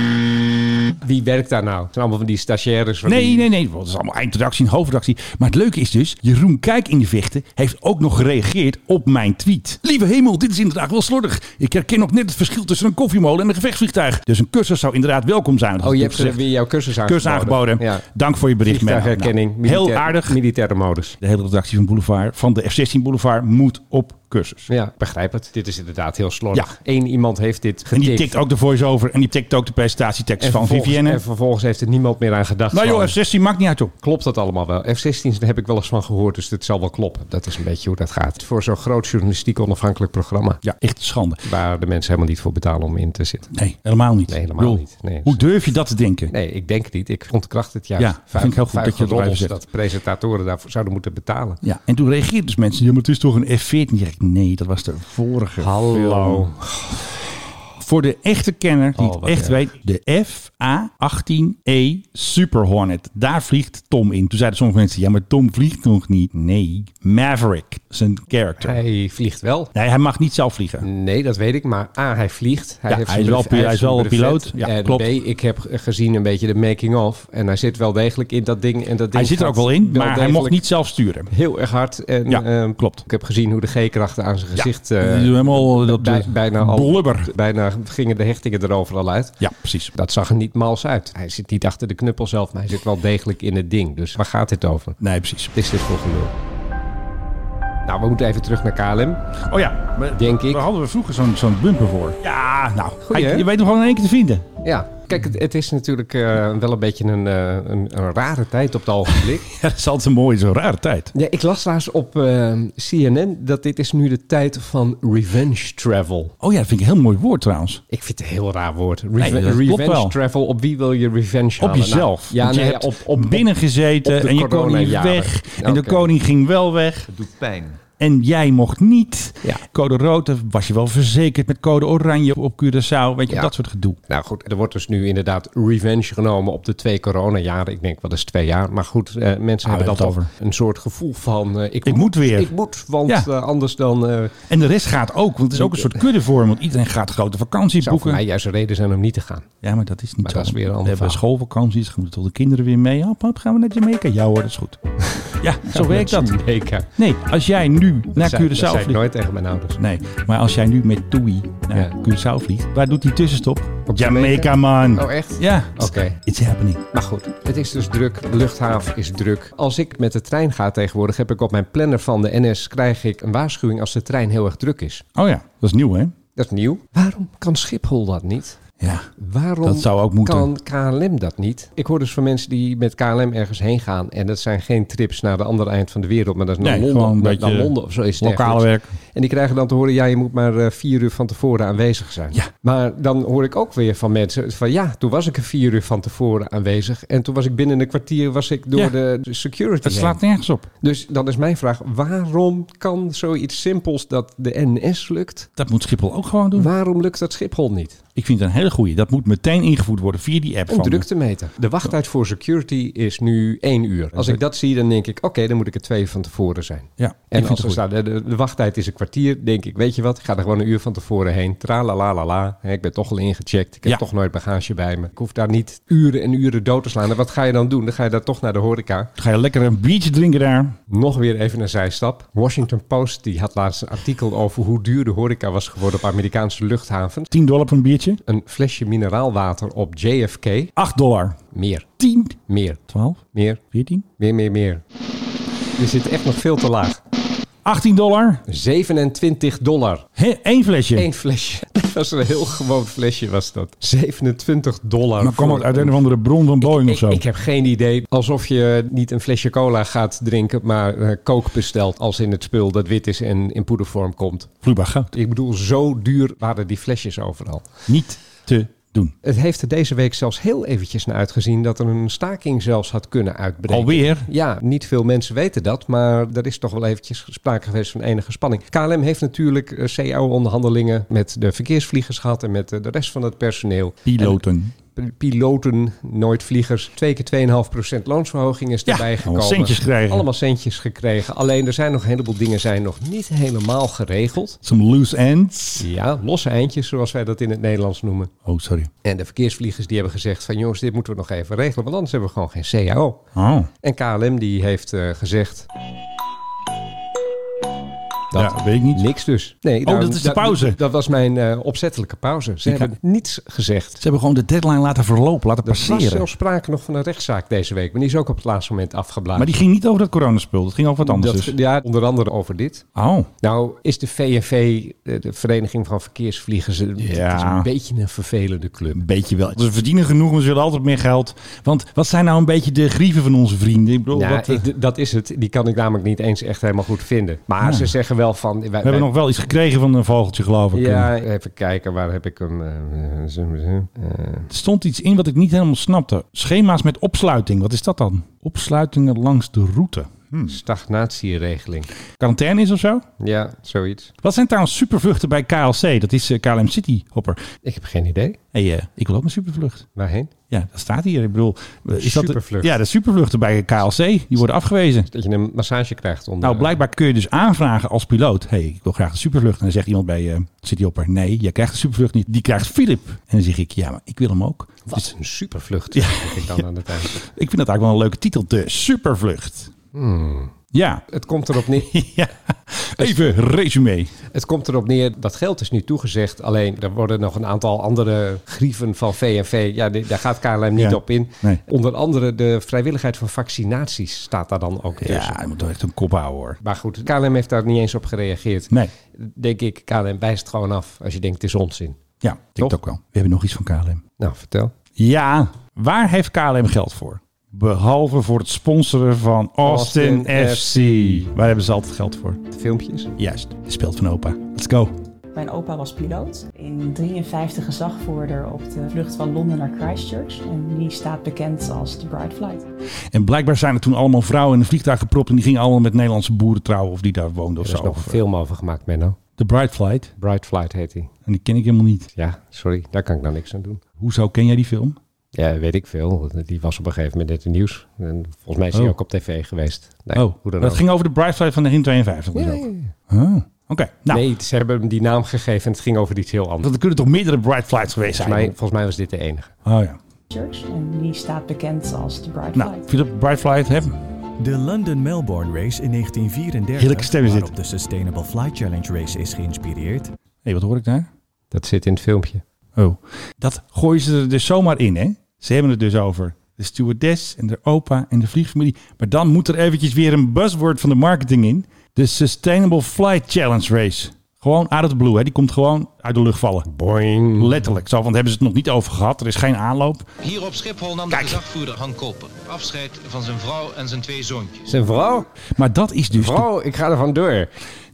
Speaker 5: Wie werkt daar nou? Het zijn allemaal van die stagiaires. van
Speaker 4: Nee,
Speaker 5: die-
Speaker 4: nee, nee. Dat is allemaal eindredactie en hoofdredactie. Maar het leuke is dus, Jeroen Kijk in de Vechten heeft ook nog gereageerd op mijn tweet. Lieve hemel, dit is inderdaad wel slordig. Ik herken nog net het verschil tussen een koffiemolen en een gevechtsvliegtuig. Dus een cursus zou inderdaad welkom zijn. Dat
Speaker 5: Oh, je
Speaker 4: heb ik
Speaker 5: hebt er
Speaker 4: gezegd.
Speaker 5: weer jouw cursus aangeboden.
Speaker 4: cursus aangeboden.
Speaker 5: Ja.
Speaker 4: Dank voor je bericht, Menno.
Speaker 5: Vliegtuigherkenning.
Speaker 4: Nou, heel
Speaker 5: militair-
Speaker 4: aardig.
Speaker 5: Militaire modus.
Speaker 4: De hele redactie van Boulevard, van de F-16 Boulevard, moet op cursus.
Speaker 5: Ja, ik begrijp het. Dit is inderdaad heel slordig.
Speaker 4: Ja.
Speaker 5: Eén iemand heeft dit getikt.
Speaker 4: En die tikt ook de voice-over en die tikt ook de presentatietekst
Speaker 5: En
Speaker 4: van
Speaker 5: vervolgens-
Speaker 4: Vivienne.
Speaker 5: En vervolgens heeft er niemand meer aan gedacht.
Speaker 4: nou joh,
Speaker 5: van,
Speaker 4: F-16 maakt niet uit, joh.
Speaker 5: Klopt dat allemaal wel? F-16's daar heb ik wel eens van gehoord, dus dat zal wel kloppen. Dat is een beetje hoe dat gaat. Voor zo'n groot journalistiek onafhankelijk programma.
Speaker 4: Ja, echt schande.
Speaker 5: Waar de mensen helemaal niet voor betalen om in te zitten.
Speaker 4: Nee, helemaal niet.
Speaker 5: Nee, helemaal
Speaker 4: Ik bedoel,
Speaker 5: niet. Nee,
Speaker 4: hoe durf je dat te denken?
Speaker 5: Nee, ik denk het niet. Ik ontkracht het juist.
Speaker 4: Ja, vind ik heel goed dat je het erbij
Speaker 5: roddels
Speaker 4: zet.
Speaker 5: dat presentatoren daarvoor zouden moeten betalen.
Speaker 4: Ja, en toen reageerden dus mensen, ja, maar het is toch een F-14? Ja, ik, nee, dat was de vorige film. Voor de echte kenner die
Speaker 5: Oh,
Speaker 4: het
Speaker 5: wat
Speaker 4: echt
Speaker 5: erg.
Speaker 4: weet, de FA-18E Super Hornet. E Daar vliegt Tom in. Toen zeiden sommige mensen, ja, maar Tom vliegt nog niet. Nee, Maverick, zijn character.
Speaker 5: Hij vliegt wel.
Speaker 4: Nee, hij mag niet zelf vliegen.
Speaker 5: Nee, dat weet ik. Maar A, hij vliegt. Hij,
Speaker 4: Ja,
Speaker 5: heeft
Speaker 4: hij is
Speaker 5: zijn
Speaker 4: wel
Speaker 5: brevet-
Speaker 4: pi- hij is
Speaker 5: zijn
Speaker 4: wel
Speaker 5: brevet.
Speaker 4: piloot. Ja,
Speaker 5: en
Speaker 4: klopt.
Speaker 5: B, ik heb gezien een beetje de making-of. En hij zit wel degelijk in dat ding. En dat ding
Speaker 4: Hij zit er
Speaker 5: gaat
Speaker 4: ook wel in, maar hij mocht
Speaker 5: degelijk
Speaker 4: niet zelf sturen.
Speaker 5: Heel erg hard. En,
Speaker 4: Ja,
Speaker 5: ehm,
Speaker 4: klopt.
Speaker 5: Ik heb gezien hoe de G-krachten aan zijn gezicht... eh,
Speaker 4: Die doen helemaal dat eh,
Speaker 5: bij- bijna, al,
Speaker 4: blubber.
Speaker 5: bijna gingen de hechtingen er overal uit.
Speaker 4: Ja, precies.
Speaker 5: Dat zag er niet mals uit. Hij zit niet achter de knuppel zelf, maar hij zit wel degelijk in het ding. Dus waar gaat dit over?
Speaker 4: Nee, precies.
Speaker 5: Wat is dit voor gelul? Nou, we moeten even terug naar KLM.
Speaker 4: Oh ja, maar
Speaker 5: Denk ik.
Speaker 4: daar hadden we vroeger zo'n zo'n bumper voor. Ja, nou,
Speaker 5: Goeie,
Speaker 4: hij-
Speaker 5: hè?
Speaker 4: je weet hem gewoon in één keer te vinden.
Speaker 5: Ja, kijk, het, het is natuurlijk eh, wel een beetje een, eh, een, een rare tijd op het ogenblik.
Speaker 4: Ja, dat is altijd een mooie, zo'n rare tijd.
Speaker 5: ja, ik las laatst op eh, CNN dat dit is nu de tijd van revenge travel.
Speaker 4: Oh ja, dat vind ik een heel mooi woord trouwens.
Speaker 5: Ik vind het een heel raar woord. Reve-
Speaker 4: Nee, dat klopt wel.
Speaker 5: revenge travel, op wie wil je revenge
Speaker 4: Op
Speaker 5: halen?
Speaker 4: jezelf.
Speaker 5: Nou, ja,
Speaker 4: Want je
Speaker 5: nee,
Speaker 4: hebt
Speaker 5: op, op
Speaker 4: binnen gezeten
Speaker 5: op de
Speaker 4: en je koning is
Speaker 5: coronajaren.
Speaker 4: weg. En de
Speaker 5: Oké.
Speaker 4: koning ging wel weg.
Speaker 1: Het doet pijn.
Speaker 4: En jij mocht niet.
Speaker 5: Ja.
Speaker 4: Code rood, dan was je wel verzekerd met code oranje op Curaçao. Weet je,
Speaker 5: Ja.
Speaker 4: dat soort gedoe.
Speaker 5: Nou goed, er wordt dus nu inderdaad revenge genomen op de twee coronajaren. Ik denk wel eens twee jaar. Maar goed, eh, mensen
Speaker 4: Ah, we
Speaker 5: hebben
Speaker 4: hebben
Speaker 5: dat
Speaker 4: het
Speaker 5: over.
Speaker 4: over.
Speaker 5: een soort gevoel van... eh, ik,
Speaker 4: Ik moet weer.
Speaker 5: Ik moet, want
Speaker 4: Ja.
Speaker 5: eh, anders dan... eh,
Speaker 4: En de rest gaat ook, want het is ook een soort kuddevorm. Want iedereen gaat grote vakanties
Speaker 5: zou voor
Speaker 4: boeken.
Speaker 5: mij juist een reden zijn om niet te gaan.
Speaker 4: Ja, maar dat is niet
Speaker 5: Maar
Speaker 4: zo.
Speaker 5: dat is weer een ander
Speaker 4: we hebben
Speaker 5: verhaal.
Speaker 4: schoolvakanties, we moeten tot de kinderen weer mee. Hap, hap, gaan we naar Jamaica? Ja hoor, dat is goed. Ja, zo werkt dat.
Speaker 5: Zeker.
Speaker 4: Nee, als jij nu naar
Speaker 5: Zei- dat
Speaker 4: Curaçao
Speaker 5: zei ik
Speaker 4: vliegt...
Speaker 5: nooit tegen mijn ouders.
Speaker 4: Nee, maar als jij nu met Toei naar
Speaker 5: Ja.
Speaker 4: Curaçao vliegt, waar doet die tussenstop?
Speaker 5: Op
Speaker 4: Jamaica,
Speaker 5: Jamaica?
Speaker 4: man.
Speaker 5: Oh, echt?
Speaker 4: Ja.
Speaker 5: Oké.
Speaker 4: It's happening.
Speaker 5: Maar goed, het is dus druk. De luchthaven is druk. Als ik met de trein ga tegenwoordig, heb ik op mijn planner van de NS krijg ik een waarschuwing als de trein heel erg druk is.
Speaker 4: Oh ja, dat is nieuw, hè?
Speaker 5: Dat is nieuw. Waarom kan Schiphol dat niet?
Speaker 4: Ja.
Speaker 5: Waarom
Speaker 4: Dat zou ook moeten.
Speaker 5: kan KLM dat niet? Ik hoor dus van mensen die met KLM ergens heen gaan. En dat zijn geen trips naar de andere eind van de wereld. Maar dat is naar,
Speaker 4: Nee,
Speaker 5: Londen,
Speaker 4: gewoon een
Speaker 5: naar,
Speaker 4: beetje
Speaker 5: naar Londen of zo. Is het
Speaker 4: lokale
Speaker 5: ergens.
Speaker 4: werk.
Speaker 5: En die krijgen dan te horen, ja, je moet maar eh, vier uur van tevoren aanwezig zijn.
Speaker 4: Ja.
Speaker 5: Maar dan hoor ik ook weer van mensen van, ja, toen was ik er vier uur van tevoren aanwezig. En toen was ik binnen een kwartier was ik door
Speaker 4: Ja.
Speaker 5: de security
Speaker 4: Dat
Speaker 5: heen.
Speaker 4: slaat nergens op.
Speaker 5: Dus dan is mijn vraag, waarom kan zoiets simpels dat de NS lukt?
Speaker 4: Dat moet Schiphol ook gewoon doen.
Speaker 5: Waarom lukt dat Schiphol niet?
Speaker 4: Ik vind het een hele goeie. Dat moet meteen ingevoerd worden via die app.
Speaker 5: Een
Speaker 4: van
Speaker 5: druktemeter. De wachttijd voor security is nu één uur. Als ik dat zie, dan denk ik, oké, dan moet ik er twee uur van tevoren zijn.
Speaker 4: Ja, ik
Speaker 5: En
Speaker 4: vind
Speaker 5: als
Speaker 4: het
Speaker 5: er
Speaker 4: goed.
Speaker 5: staat, de, de- de wachttijd is een kwartier denk ik, weet je wat, ik ga er gewoon een uur van tevoren heen. Tralalalala. Hè, Ik ben toch al ingecheckt. Ik heb
Speaker 4: Ja.
Speaker 5: toch nooit bagage bij me. Ik hoef daar niet uren en uren dood te slaan. En wat ga je dan doen? Dan ga je daar toch naar de horeca.
Speaker 4: Ga je lekker een biertje drinken daar?
Speaker 5: Nog weer even een zijstap. Washington Post die had laatst een artikel over hoe duur de horeca was geworden op Amerikaanse luchthavens.
Speaker 4: 10 dollar per een biertje?
Speaker 5: Een flesje mineraalwater op JFK.
Speaker 4: 8 dollar.
Speaker 5: Meer,
Speaker 4: 10?
Speaker 5: meer,
Speaker 4: 12?
Speaker 5: meer,
Speaker 4: 14?
Speaker 5: meer, meer, meer. Je zit echt nog veel te laag.
Speaker 4: 18 dollar?
Speaker 5: 27 dollar.
Speaker 4: Hé, één flesje.
Speaker 5: Eén flesje. Dat was een heel gewoon flesje, was dat. 27 dollar.
Speaker 4: Maar kwam
Speaker 5: voor
Speaker 4: het uit
Speaker 5: een-
Speaker 4: een of andere bron van Boeing of
Speaker 5: ik,
Speaker 4: zo?
Speaker 5: ik heb geen idee. Alsof je niet een flesje cola gaat drinken, maar eh, coke bestelt als in het spul dat wit is en in poedervorm komt.
Speaker 4: Vloeibaar goud.
Speaker 5: Ik bedoel, zo duur waren die flesjes overal.
Speaker 4: Niet te doen.
Speaker 5: Het heeft er deze week zelfs heel eventjes naar uitgezien dat er een staking zelfs had kunnen uitbreken.
Speaker 4: Alweer?
Speaker 5: Ja, niet veel mensen weten dat, maar er is toch wel eventjes sprake geweest van enige spanning. KLM heeft natuurlijk eh, CAO-onderhandelingen met de verkeersvliegers gehad en met eh, de rest van het personeel.
Speaker 4: Piloten.
Speaker 5: En piloten, nooit vliegers. Twee keer 2,5% loonsverhoging is
Speaker 4: Ja,
Speaker 5: erbij
Speaker 4: allemaal
Speaker 5: gekomen.
Speaker 4: centjes gekregen.
Speaker 5: Allemaal centjes gekregen. Alleen er zijn nog een heleboel dingen zijn nog niet helemaal geregeld.
Speaker 4: Some loose ends.
Speaker 5: Ja, losse eindjes, zoals wij dat in het Nederlands noemen.
Speaker 4: Oh, sorry.
Speaker 5: En de verkeersvliegers die hebben gezegd van jongens, dit moeten we nog even regelen, want anders hebben we gewoon geen CAO.
Speaker 4: Oh.
Speaker 5: En KLM die heeft eh, gezegd.
Speaker 4: Ja, weet ik niet. Oh,
Speaker 5: Niks dus. Nee,
Speaker 4: dat is de pauze.
Speaker 5: Dat, dat was mijn eh, opzettelijke pauze. Ze
Speaker 4: Ik ga-
Speaker 5: hebben niets gezegd.
Speaker 4: Ze hebben gewoon de deadline laten verlopen, laten
Speaker 5: Er was
Speaker 4: passeren.
Speaker 5: zelfs sprake nog van een rechtszaak deze week. Maar die is ook op het laatste moment afgeblazen.
Speaker 4: Maar die ging niet over dat coronaspul. Dat ging over wat anders
Speaker 5: Dat-
Speaker 4: dus.
Speaker 5: Ja, onder andere over dit.
Speaker 4: Oh.
Speaker 5: Nou is de VNV, eh, de Vereniging van Verkeersvliegers, eh,
Speaker 4: Ja.
Speaker 5: het is een beetje een vervelende club.
Speaker 4: Een beetje wel. Ze verdienen genoeg, maar ze willen altijd meer geld. Want wat zijn nou een beetje de grieven van onze vrienden? Ik bedoel,
Speaker 5: Nou,
Speaker 4: wat, eh,
Speaker 5: ik- d- dat is het. Die kan ik namelijk niet eens echt helemaal goed vinden. Maar ze zeggen wel van... Wij,
Speaker 4: Ah. we hebben nog wel iets gekregen van een vogeltje, geloof ik.
Speaker 5: Ja, even kijken. Waar heb ik hem? eh, eh, zo- zo, eh.
Speaker 4: Er stond iets in wat ik niet helemaal snapte. Schema's met opsluiting. Wat is dat dan? Opsluitingen langs de route.
Speaker 5: Stagnatieregeling.
Speaker 4: Quarantaine is of zo?
Speaker 5: Ja, zoiets.
Speaker 4: Wat zijn trouwens supervluchten bij KLC? Dat is eh, KLM City Hopper.
Speaker 5: Ik heb geen idee.
Speaker 4: Hey, eh, ik wil ook een supervlucht.
Speaker 5: Waarheen?
Speaker 4: Ja, dat staat hier. Ik bedoel, eh, is Dat
Speaker 5: Supervlucht.
Speaker 4: de, ja, de supervluchten bij KLC, die worden afgewezen.
Speaker 5: Dat je een massage krijgt eh, onder...
Speaker 4: Nou, blijkbaar kun je dus aanvragen als piloot. hey, ik wil graag de supervlucht. En dan zegt iemand bij eh City Hopper, nee, jij krijgt de supervlucht niet. Die krijgt Philip. En dan zeg ik, ja, maar ik wil hem ook.
Speaker 5: Wat
Speaker 4: Dus
Speaker 5: een supervlucht.
Speaker 4: Ja.
Speaker 5: denk ik dan aan het eind.
Speaker 4: ik vind dat eigenlijk wel een leuke titel, de supervlucht.
Speaker 5: Hmm.
Speaker 4: Ja,
Speaker 5: Het komt erop neer.
Speaker 4: ja.
Speaker 5: Dus-
Speaker 4: Even resume.
Speaker 5: Het komt erop neer. Dat geld is nu toegezegd. Alleen er worden nog een aantal andere grieven van VNV. Ja, die- daar gaat KLM niet
Speaker 4: Ja.
Speaker 5: op in.
Speaker 4: Nee.
Speaker 5: Onder andere de vrijwilligheid van vaccinaties staat daar dan ook tussen.
Speaker 4: Ja, je moet toch echt een kop houden hoor.
Speaker 5: Maar goed, KLM heeft daar niet eens op gereageerd.
Speaker 4: Nee.
Speaker 5: Denk ik, KLM wijst gewoon af als je denkt het is onzin.
Speaker 4: Ja, ik denk
Speaker 5: Toch?
Speaker 4: het ook wel. We hebben nog iets van KLM.
Speaker 5: Nou, vertel.
Speaker 4: Ja, waar heeft KLM geld voor? Behalve voor het sponsoren van Austin,
Speaker 5: Austin
Speaker 4: FC. Waar hebben ze altijd geld voor?
Speaker 5: Filmpjes.
Speaker 4: Juist, speelt van opa. Let's go.
Speaker 9: Mijn opa was piloot. In 53 gezagvoerder op de vlucht van Londen naar Christchurch. En die staat bekend als de Bright Flight.
Speaker 4: En blijkbaar zijn er toen allemaal vrouwen in een vliegtuig gepropt. En die gingen allemaal met Nederlandse boeren trouwen. Of die daar woonden of
Speaker 5: Er is
Speaker 4: zo. eh.
Speaker 5: nog een film over gemaakt, Menno.
Speaker 4: De Bright Flight.
Speaker 5: Bright Flight heet die.
Speaker 4: En die ken ik helemaal niet.
Speaker 5: Ja, sorry, daar kan ik nou niks aan doen.
Speaker 4: Hoezo ken jij die film?
Speaker 5: Ja, weet ik veel. Die was op een gegeven moment net in het nieuws. En volgens mij is die
Speaker 4: Oh.
Speaker 5: ook op tv geweest. Nee,
Speaker 4: oh,
Speaker 5: hoe dan
Speaker 4: dat
Speaker 5: ook.
Speaker 4: ging over de Bright Flight van 1952. dus ook. Oh, Oké, nou,
Speaker 5: Nee, ze hebben hem die naam gegeven en het ging over iets heel anders.
Speaker 4: want er kunnen toch meerdere Bright Flights geweest zijn?
Speaker 5: Volgens mij, volgens mij was dit de enige.
Speaker 4: Oh ja.
Speaker 9: Church. En die staat bekend als de Bright
Speaker 4: Nou,
Speaker 9: Flight.
Speaker 4: Philip, Bright Flight, hè?
Speaker 10: De London Melbourne Race in 1934,
Speaker 4: Heerlijke stem is dit.
Speaker 10: waarop de Sustainable Flight Challenge Race is geïnspireerd,
Speaker 4: Hé, wat hoor ik daar?
Speaker 5: Dat zit in het filmpje.
Speaker 4: Oh, dat gooien ze er dus zomaar in, hè? Ze hebben het dus over de stewardess en de opa en de vliegfamilie. Maar dan moet er eventjes weer een buzzword van de marketing in. De Sustainable Flight Challenge Race. Gewoon out of the blue, hè? Die komt gewoon uit de lucht vallen.
Speaker 5: Boing.
Speaker 4: Letterlijk. Zo, want daar hebben ze het nog niet over gehad. Er is geen aanloop.
Speaker 6: Hier op Schiphol nam de gezagvoerder Han Koper afscheid van zijn vrouw en zijn twee zoontjes.
Speaker 5: Zijn vrouw?
Speaker 4: Maar dat is dus, de,
Speaker 5: Vrouw, ik ga er vandoor.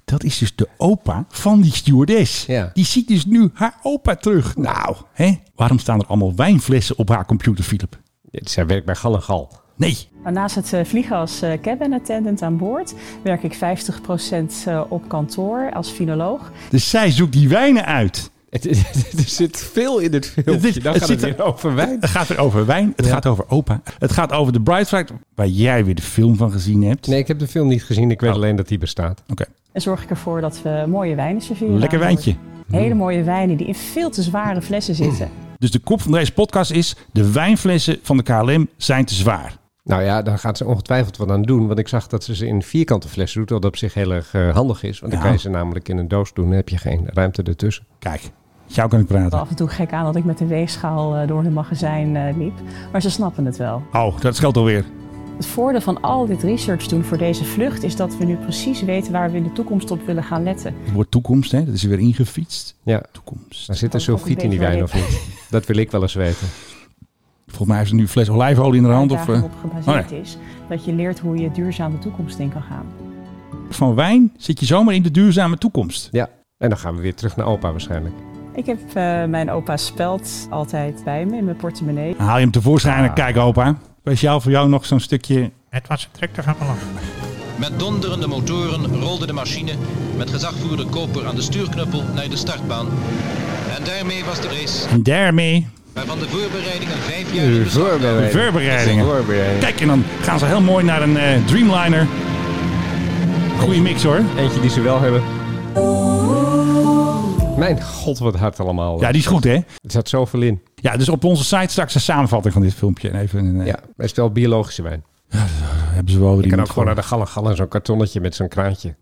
Speaker 4: dat is dus de opa van die stewardess.
Speaker 5: Ja.
Speaker 4: Die ziet dus nu haar opa terug. Nou, hè? Waarom staan er allemaal wijnflessen op haar computer, Philip?
Speaker 5: Zij werkt bij Gal en Gal.
Speaker 4: Nee.
Speaker 9: Maar Naast het eh, vliegen als eh, cabin attendant aan boord werk ik 50% eh, op kantoor als filoloog.
Speaker 4: Dus zij zoekt die wijnen uit.
Speaker 5: Het, is- er zit veel in het
Speaker 4: Het is-
Speaker 5: filmpje. Dan
Speaker 4: het
Speaker 5: gaat
Speaker 4: zit
Speaker 5: het
Speaker 4: er-
Speaker 5: weer over wijn.
Speaker 4: Het gaat weer over wijn. Het
Speaker 5: Ja.
Speaker 4: gaat over opa. Het gaat over The Bride Flight, waar jij weer de film van gezien hebt.
Speaker 5: Nee, ik heb de film niet gezien. Ik weet alleen dat die bestaat.
Speaker 4: Oké,
Speaker 9: En zorg ik ervoor dat we mooie wijnen serveren.
Speaker 4: lekker
Speaker 9: aan
Speaker 4: wijntje.
Speaker 9: boord. Hele mooie wijnen die in veel te zware flessen zitten.
Speaker 4: Dus de kop van deze podcast is... de wijnflessen van de KLM zijn te zwaar.
Speaker 5: Nou ja, daar gaat ze ongetwijfeld wat aan doen. Want ik zag dat ze ze in vierkante flessen doet. Wat op zich heel erg eh, handig is. Want dan
Speaker 4: Ja.
Speaker 5: kan je ze namelijk in een doos doen. Dan heb je geen ruimte ertussen.
Speaker 4: Kijk, jou kan ik praten.
Speaker 9: Af en toe gek aan dat ik met de weegschaal eh, door hun magazijn eh, liep. Maar ze snappen het wel.
Speaker 4: Oh, dat scheelt alweer.
Speaker 9: Het voordeel van al dit research doen voor deze vlucht is dat we nu precies weten waar we in de toekomst op willen gaan letten.
Speaker 4: Het wordt toekomst, hè? Dat is er weer ingefietst.
Speaker 5: Ja,
Speaker 4: Toekomst.
Speaker 5: daar zit er
Speaker 9: Ook nog
Speaker 5: sulfiet
Speaker 9: een
Speaker 5: in die
Speaker 9: beetje
Speaker 5: wijn of niet? Dat wil ik wel eens weten.
Speaker 4: Volgens mij heeft ze nu een fles olijfolie in de hand. Of,
Speaker 9: Waar daarop
Speaker 4: eh,
Speaker 9: gebaseerd
Speaker 4: oh nee.
Speaker 9: is dat je leert hoe je duurzaam de toekomst in kan gaan.
Speaker 4: Van wijn zit je zomaar in de duurzame toekomst.
Speaker 5: Ja, en dan gaan we weer terug naar opa waarschijnlijk.
Speaker 9: Ik heb eh, mijn opa's speld altijd bij me in mijn portemonnee.
Speaker 4: Dan haal je hem tevoorschijn en kijk, opa. Speciaal voor jou nog zo'n stukje...
Speaker 1: Het was een drukte van belang.
Speaker 6: Met donderende motoren rolde de machine met gezagvoerder Koper aan de stuurknuppel naar de startbaan. En daarmee was de race,
Speaker 4: En daarmee
Speaker 6: waarvan de voorbereidingen vijf jaar in
Speaker 5: De
Speaker 6: beslag namen.
Speaker 4: de
Speaker 5: voorbereiding.
Speaker 4: voorbereidingen. Kijk, en dan gaan ze heel mooi naar een eh, Dreamliner. Goeie mix hoor.
Speaker 5: Eentje die ze wel hebben. Mijn god, wat hard allemaal.
Speaker 4: Ja, die is goed hè.
Speaker 5: Er zat zoveel in.
Speaker 4: Ja, dus op onze site straks een samenvatting van dit filmpje. En even een, eh,
Speaker 5: Ja, maar het is wel biologische wijn.
Speaker 4: hebben ze wel weer
Speaker 5: Je kan
Speaker 4: iemand
Speaker 5: ook gewoon naar
Speaker 4: voor.
Speaker 5: de gallegal en zo'n kartonnetje met zo'n kraantje.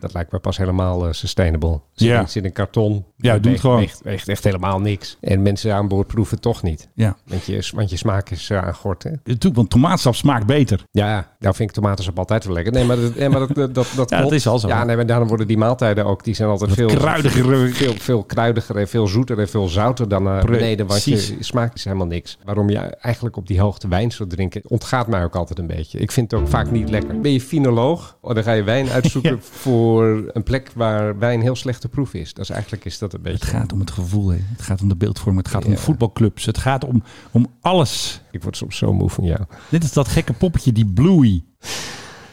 Speaker 5: Dat lijkt me pas helemaal eh, sustainable. Zit,
Speaker 4: Hmm. Ja.
Speaker 5: in, zit in karton.
Speaker 4: Ja,
Speaker 5: Dat
Speaker 4: doe het
Speaker 5: weegt-
Speaker 4: gewoon.
Speaker 5: Weegt, weegt echt helemaal niks. En mensen aan boord proeven toch niet.
Speaker 4: Ja.
Speaker 5: Want je, want je smaak is eh, aangort, hè?
Speaker 4: Natuurlijk, want tomaatsap smaakt beter.
Speaker 5: Ja, nou vind ik tomatensap altijd wel lekker. Nee, maar dat, nee, maar dat, dat, dat, dat
Speaker 4: Ja, dat
Speaker 5: klopt.
Speaker 4: is al zo.
Speaker 5: Ja, nee, maar daarom worden die maaltijden ook, die zijn altijd veel
Speaker 4: kruidiger.
Speaker 5: Veel, veel kruidiger en veel zoeter en veel zouter dan naar
Speaker 4: Precies.
Speaker 5: beneden. Want je smaakt is helemaal niks. Waarom je eigenlijk op die hoogte wijn zou drinken, ontgaat mij ook altijd een beetje. Ik vind het ook vaak niet lekker. Ben je finoloog, Oh, dan ga je wijn uitzoeken
Speaker 4: Ja.
Speaker 5: voor een plek waar wijn heel slecht te proeven is. Dat is eigenlijk is dat een
Speaker 4: Het
Speaker 5: beetje...
Speaker 4: gaat om het gevoel, hè. het gaat om de beeldvorming, het gaat om
Speaker 5: Ja.
Speaker 4: voetbalclubs, het gaat om, om alles.
Speaker 5: Ik word soms zo moe van jou.
Speaker 4: Dit is dat gekke poppetje, die Bluey. Die